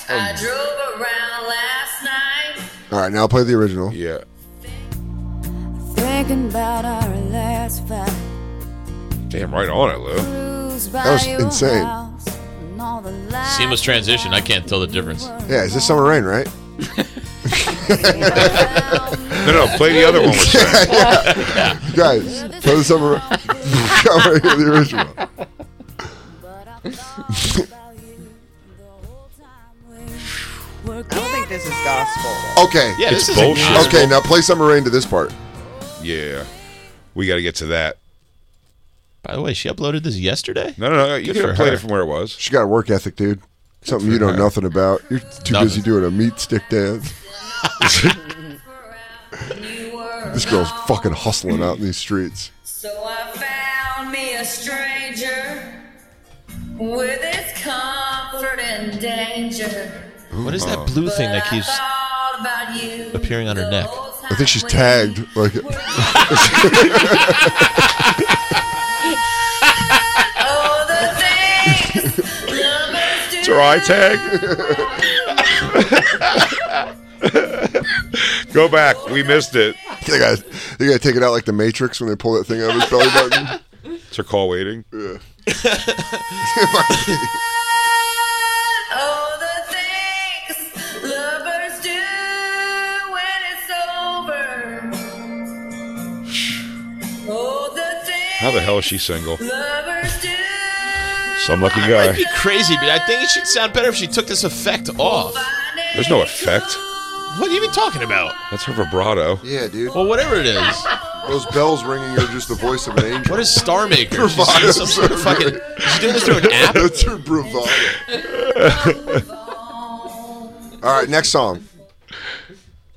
Speaker 18: I drove around last night.
Speaker 3: All right, now play the original.
Speaker 4: Yeah.
Speaker 19: Thinking about our last fight.
Speaker 4: Damn, right on it, Lou.
Speaker 19: That
Speaker 3: was insane.
Speaker 5: Seamless transition. I can't tell the difference.
Speaker 3: Yeah, is this Summer Rain, right?
Speaker 4: No, no, play the other one we're saying.
Speaker 3: yeah, yeah. You Guys, play the Summer Rain. Cover the original.
Speaker 6: I don't think this is gospel.
Speaker 3: Okay.
Speaker 4: Yeah, this It's isn't bullshit. gospel.
Speaker 3: Okay, now play Summer Rain to this part.
Speaker 4: Yeah. We got to get to that.
Speaker 5: By the way, she uploaded this yesterday.
Speaker 4: No, no, no. You
Speaker 5: Good
Speaker 4: could
Speaker 5: for
Speaker 4: have played
Speaker 5: her.
Speaker 4: it from where it was.
Speaker 3: She got a work ethic, dude. Something you know nothing about. You're too
Speaker 5: Nothing.
Speaker 3: busy doing a meat stick dance. this girl's fucking hustling out in these streets.
Speaker 18: So I found me a stranger with its comfort and danger.
Speaker 5: What is that blue thing that keeps
Speaker 18: Thought about you.
Speaker 5: appearing on her neck?
Speaker 3: I think she's tagged. Like,
Speaker 18: Oh, the things lovers do.
Speaker 4: It's her eye tag. Go back. We missed it.
Speaker 3: they gotta, they gotta take it out like the Matrix when they pull that thing out of his belly button.
Speaker 4: It's her call waiting.
Speaker 18: Oh, the things lovers do when it's over. Oh, the things
Speaker 4: How the hell is she single?
Speaker 18: lovers do.
Speaker 4: Some lucky
Speaker 5: I might
Speaker 4: guy.
Speaker 5: be crazy, but I think it should sound better if she took this effect off.
Speaker 4: There's no effect.
Speaker 5: What are you even talking about?
Speaker 4: That's her vibrato.
Speaker 3: yeah, dude.
Speaker 5: Well, whatever it is.
Speaker 3: Those bells ringing are just the voice of an angel.
Speaker 5: What is Star Maker? She's
Speaker 3: Bravado
Speaker 5: doing some sort of
Speaker 3: surgery.
Speaker 5: fucking. She's doing this through an app.
Speaker 3: That's her bravado. All right, next song.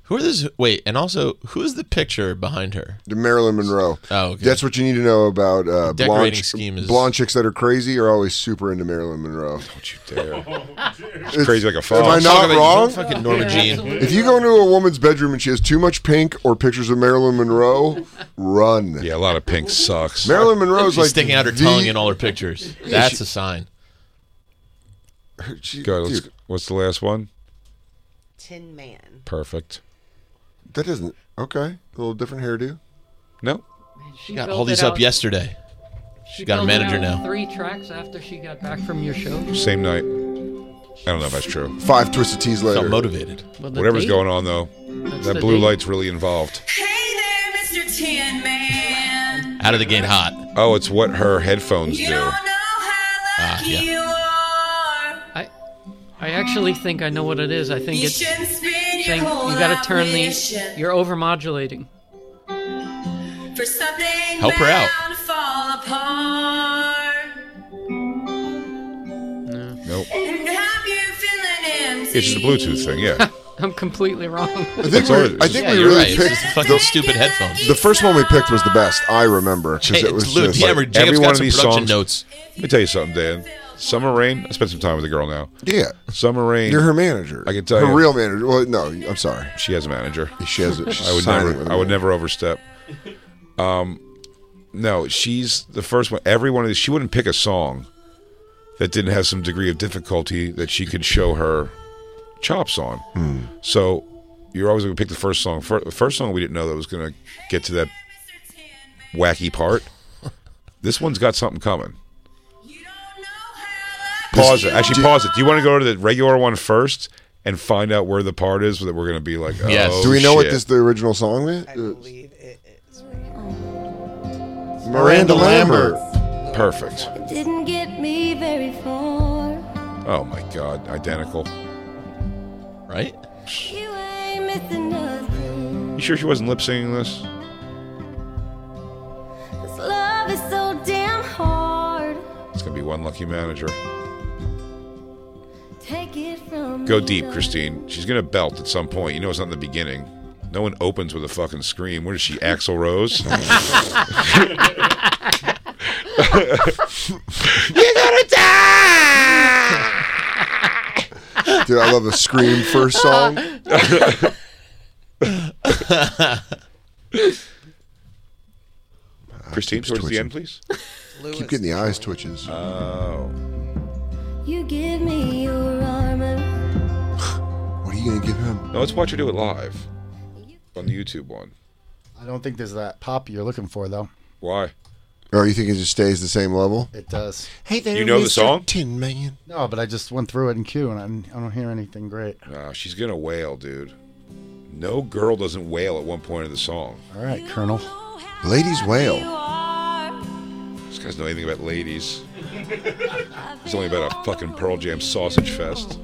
Speaker 5: Who are this? Wait, and also, who is the picture behind her?
Speaker 3: The Marilyn Monroe.
Speaker 5: Oh, okay.
Speaker 3: That's what you need to know about uh,
Speaker 5: Decorating
Speaker 3: blonde, ch-
Speaker 5: scheme is-
Speaker 3: blonde chicks that are crazy are always super into Marilyn Monroe.
Speaker 4: Don't you
Speaker 5: Oh,
Speaker 4: dare. She's crazy like a fox.
Speaker 3: Am I not
Speaker 5: about-
Speaker 3: wrong?
Speaker 5: fucking Norma Jean.
Speaker 3: If you go into a woman's bedroom and she has too much pink or pictures of Marilyn Monroe, run.
Speaker 4: Yeah, a lot of pink sucks.
Speaker 3: Marilyn Monroe's
Speaker 5: She's
Speaker 3: like
Speaker 5: sticking out her
Speaker 3: the-
Speaker 5: tongue in all her pictures. That's
Speaker 3: she-
Speaker 5: a sign.
Speaker 3: She-
Speaker 4: Go. Let's,
Speaker 3: dude,
Speaker 4: what's the last one?
Speaker 6: Tin Man.
Speaker 4: Perfect.
Speaker 3: That doesn't. Okay. A little different hairdo.
Speaker 4: No.
Speaker 5: She got all these up yesterday. She got a
Speaker 8: filled it
Speaker 5: manager
Speaker 8: out
Speaker 5: now.
Speaker 8: Three tracks after she got back from your show.
Speaker 4: Same night. I don't know if that's true.
Speaker 3: Five twisted teas later.
Speaker 4: Felt motivated.
Speaker 8: Well, the
Speaker 4: Whatever's
Speaker 8: date-
Speaker 4: going on though,
Speaker 8: That's
Speaker 4: that
Speaker 8: the
Speaker 4: blue
Speaker 8: date.
Speaker 4: light's really involved.
Speaker 18: Mr. Tin Man.
Speaker 5: Out of the gate hot.
Speaker 4: Oh, it's what her headphones
Speaker 18: You
Speaker 4: do.
Speaker 18: Ah, You are.
Speaker 8: I actually think I know what it is. I think
Speaker 18: You
Speaker 8: it's
Speaker 18: shouldn't spend your
Speaker 8: saying you
Speaker 18: whole
Speaker 8: gotta turn the.
Speaker 18: ambition.
Speaker 8: You're overmodulating.
Speaker 18: For something
Speaker 8: Help her out.
Speaker 18: bound to fall apart.
Speaker 4: Nope.
Speaker 18: And have you feeling empty?
Speaker 4: It's just a Bluetooth thing, yeah.
Speaker 8: I'm completely wrong.
Speaker 3: I think we, I think we really picked
Speaker 5: fucking stupid headphones.
Speaker 3: The first one we picked was the best. I remember because
Speaker 5: Hey,
Speaker 3: it was
Speaker 5: it's Lou
Speaker 3: just
Speaker 5: Diamond.
Speaker 3: like,
Speaker 5: Jacob's
Speaker 4: every
Speaker 5: got
Speaker 4: one of
Speaker 5: some
Speaker 4: these
Speaker 5: production
Speaker 4: songs.
Speaker 5: notes.
Speaker 4: Let me tell you something, Dan. Summer Rain. I spent some time with a girl now.
Speaker 3: Yeah.
Speaker 4: Summer Rain.
Speaker 3: You're her manager.
Speaker 4: I can tell
Speaker 3: her
Speaker 4: you.
Speaker 3: real manager. Well, no, I'm sorry.
Speaker 4: She has a manager.
Speaker 3: She has. A, she's
Speaker 4: I would
Speaker 3: signing
Speaker 4: never.
Speaker 3: with
Speaker 4: I would
Speaker 3: him.
Speaker 4: never overstep. Um, no, she's the first one. Every one of these, she wouldn't pick a song that didn't have some degree of difficulty that she could show her chops on.
Speaker 3: Hmm.
Speaker 4: So you're always going to pick the first song. Fir- The first song we didn't know that was going to get to that wacky part. this one's got something coming. Pause it. Actually, pause it. Do you want to go to the regular one first and find out where the part is that we're going to be like, oh,
Speaker 3: Do we know what
Speaker 4: shit.
Speaker 3: this the original song is? I believe it is. Miranda,
Speaker 4: Miranda
Speaker 3: Lambert.
Speaker 4: Perfect.
Speaker 19: Didn't get me very far.
Speaker 4: Oh my god, identical. Right?
Speaker 19: You ain't missing nothing.
Speaker 4: You sure she wasn't lip singing this?
Speaker 19: 'Cause love is so damn hard.
Speaker 4: It's gonna be one lucky manager.
Speaker 19: Take it from
Speaker 4: Go
Speaker 19: me,
Speaker 4: deep,
Speaker 19: though.
Speaker 4: Christine. She's gonna belt at some point. You know it's not in the beginning. No one opens with a fucking scream. What is she, Axl Rose?
Speaker 3: You're gonna die. Dude, I love the scream first song.
Speaker 4: Christine,
Speaker 3: keeps
Speaker 4: towards the
Speaker 3: twitching.
Speaker 4: end, please.
Speaker 3: Keep getting the eyes twitches.
Speaker 4: Oh.
Speaker 19: You give me your arm and
Speaker 3: What are you gonna give him?
Speaker 4: No, let's watch her do it live on the YouTube one.
Speaker 7: I don't think there's that pop you're looking for though.
Speaker 4: Why?
Speaker 3: Oh, you think it just stays the same level?
Speaker 7: It does.
Speaker 3: Hey
Speaker 4: there, You know the Mr. song?
Speaker 3: Tin Man.
Speaker 7: No, but I just went through it in queue and I'm, I don't hear anything great.
Speaker 4: Nah, she's gonna wail, dude. No girl doesn't wail at one point of the song.
Speaker 7: All right, Colonel.
Speaker 3: Ladies wail.
Speaker 4: This guy's know anything about ladies. It's only about a fucking Pearl Jam sausage fest.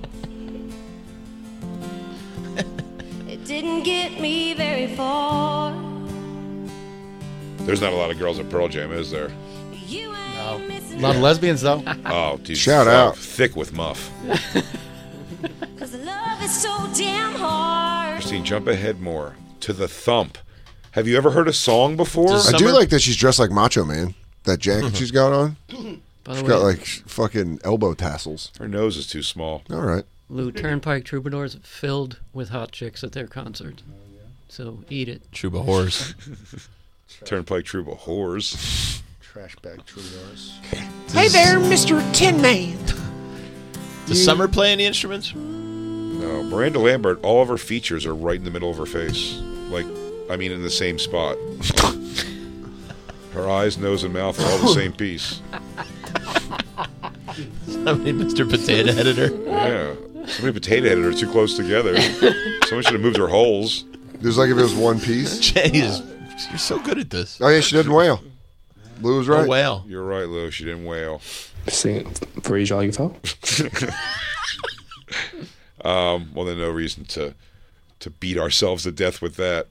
Speaker 19: it didn't get me very far.
Speaker 4: There's not a lot of girls at Pearl Jam, is there?
Speaker 7: A lot of lesbians though.
Speaker 4: Oh, dude.
Speaker 3: Shout
Speaker 4: fuck.
Speaker 3: out.
Speaker 4: Thick with muff.
Speaker 19: 'Cause love is so damn hard.
Speaker 4: Christine, jump ahead more to the thump. Have you ever heard a song before?
Speaker 3: I do like that she's dressed like Macho Man. That
Speaker 4: Mm-hmm.
Speaker 3: jacket she's got on.
Speaker 8: By the
Speaker 3: She's
Speaker 8: way,
Speaker 3: got like fucking elbow tassels.
Speaker 4: Her nose is too small.
Speaker 3: All right.
Speaker 8: Lou Turnpike Troubadours filled with hot chicks at their concert. So eat it.
Speaker 5: Truba whores.
Speaker 4: Turnpike Trouba whores.
Speaker 7: Trash bag troubadours.
Speaker 1: Hey there, Mr. Tin Man.
Speaker 5: Does Summer play any instruments?
Speaker 4: No, Miranda Lambert, all of her features are right in the middle of her face. Like, I mean, in the same spot. her eyes, nose, and mouth are all the same piece.
Speaker 5: Somebody, Mr. Potato Editor.
Speaker 4: Yeah. So many potato heads are too close together. Someone should have moved her holes.
Speaker 3: There's like if it was one piece.
Speaker 5: Jesus, you're so good at this.
Speaker 3: Oh yeah, she doesn't wail. Lou was
Speaker 5: Oh,
Speaker 3: right.
Speaker 5: well.
Speaker 4: You're right, Lou. She didn't wail.
Speaker 20: Sing for each all you felt.
Speaker 4: Um, well, then no reason to to beat ourselves to death with that.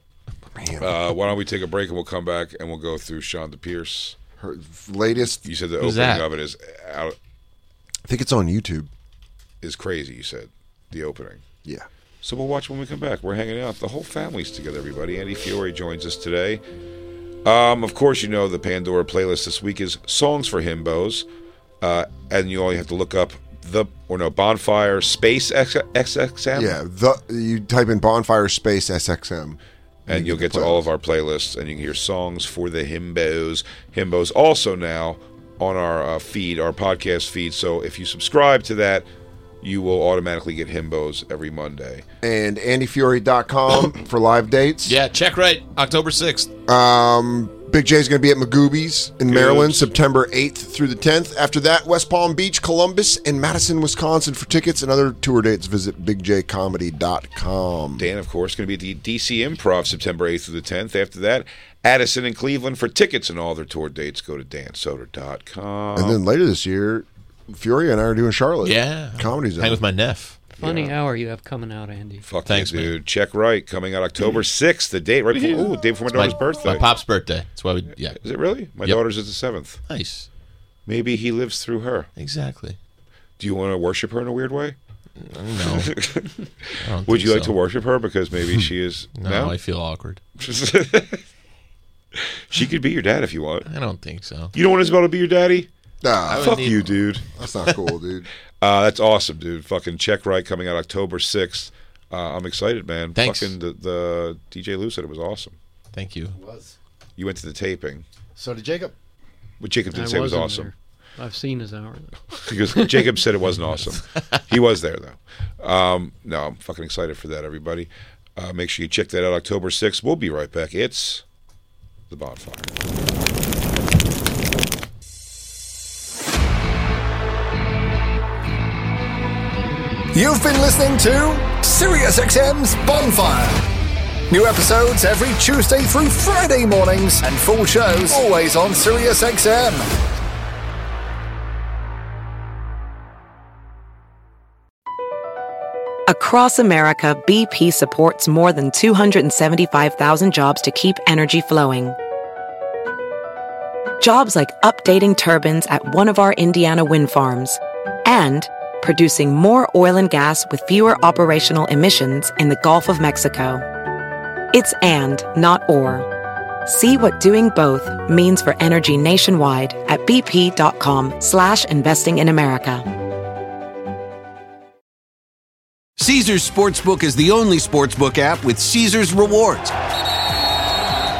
Speaker 4: Uh, why don't we take a break and we'll come back and we'll go through Shonda Pierce.
Speaker 3: Her latest.
Speaker 4: You said the
Speaker 5: Who's
Speaker 4: opening
Speaker 5: that?
Speaker 4: of it is out
Speaker 3: I think it's on YouTube.
Speaker 4: is crazy. You said the opening.
Speaker 3: Yeah.
Speaker 4: So we'll watch when we come back. We're hanging out. The whole family's together, everybody. Andy Fiore joins us today. Um, of course, you know the Pandora playlist this week is Songs for Himbos. Uh, and you only have to look up the, or no, Bonfire Space X- XXM.
Speaker 3: Yeah. The you type in bonfire space SXM.
Speaker 4: and you'll get to all of our playlists and you can hear songs for the himbos himbos also now on our uh, feed our podcast feed so if you subscribe to that you will automatically get himbos every Monday.
Speaker 3: And andyfury.com for live dates.
Speaker 5: Yeah, check right. October 6th.
Speaker 3: Um, Big J's going to be at Magoobies in Maryland, September 8th through the 10th. After that, West Palm Beach, Columbus, and Madison, Wisconsin. For tickets and other tour dates, visit bigjcomedy.com.
Speaker 4: Dan, of course, going to be at the DC Improv September 8th through the 10th. After that, Addison and Cleveland. For tickets and all their tour dates, go to dansoder.com.
Speaker 3: and then later this year, Fury and I are doing Charlotte.
Speaker 4: Yeah.
Speaker 3: Comedy Zone.
Speaker 4: Hang with my nephew.
Speaker 8: Funny hour you have coming out, Andy.
Speaker 4: Fuck Thanks, dude. Check right. Coming out October 6th, the date right before, ooh, day before
Speaker 5: Mm.
Speaker 4: my
Speaker 5: It's my-
Speaker 4: daughter's birthday.
Speaker 5: my pop's birthday. That's why we. Yeah.
Speaker 4: Is it really? My
Speaker 5: Yep.
Speaker 4: daughter's is the 7th.
Speaker 5: Nice.
Speaker 4: Maybe he lives through her.
Speaker 5: Exactly. Mm,
Speaker 4: Do you want to worship her in a weird way?
Speaker 5: No. I don't
Speaker 4: Would
Speaker 5: think
Speaker 4: you like
Speaker 5: so.
Speaker 4: to worship her because maybe she is
Speaker 5: No, I feel awkward.
Speaker 4: she could be your dad if you want.
Speaker 5: I don't think so.
Speaker 4: You don't want Isabel to be your daddy?
Speaker 3: Nah.
Speaker 5: I would
Speaker 4: Fuck
Speaker 5: need-
Speaker 4: you, dude.
Speaker 3: Uh, That's not cool, dude.
Speaker 4: Uh, that's awesome, dude. Fucking check right coming out October sixth. Uh, I'm excited, man.
Speaker 5: Thanks.
Speaker 4: Fucking the, the DJ Lou said it was awesome.
Speaker 5: Thank you.
Speaker 7: was.
Speaker 4: You went to the taping,
Speaker 7: So did Jacob.
Speaker 4: but Jacob
Speaker 8: I
Speaker 4: didn't say it was
Speaker 8: wasn't
Speaker 4: awesome.
Speaker 8: there. I've seen his hour.
Speaker 4: because Jacob said it wasn't awesome. He was there though. Um, no, I'm fucking excited for that, everybody. Uh, make sure you check that out October 6th. We'll be right back. It's the bonfire.
Speaker 21: You've been listening to SiriusXM's Bonfire. New episodes every Tuesday through Friday mornings, and full shows always on SiriusXM.
Speaker 13: Across America, BP supports more than 275,000 jobs to keep energy flowing. Jobs like updating turbines at one of our Indiana wind farms and producing more oil and gas with fewer operational emissions in the Gulf of Mexico. It's and, not or. See what doing both means for energy nationwide at bp.com slash investing in America.
Speaker 16: Caesars Sportsbook is the only sportsbook app with Caesars rewards.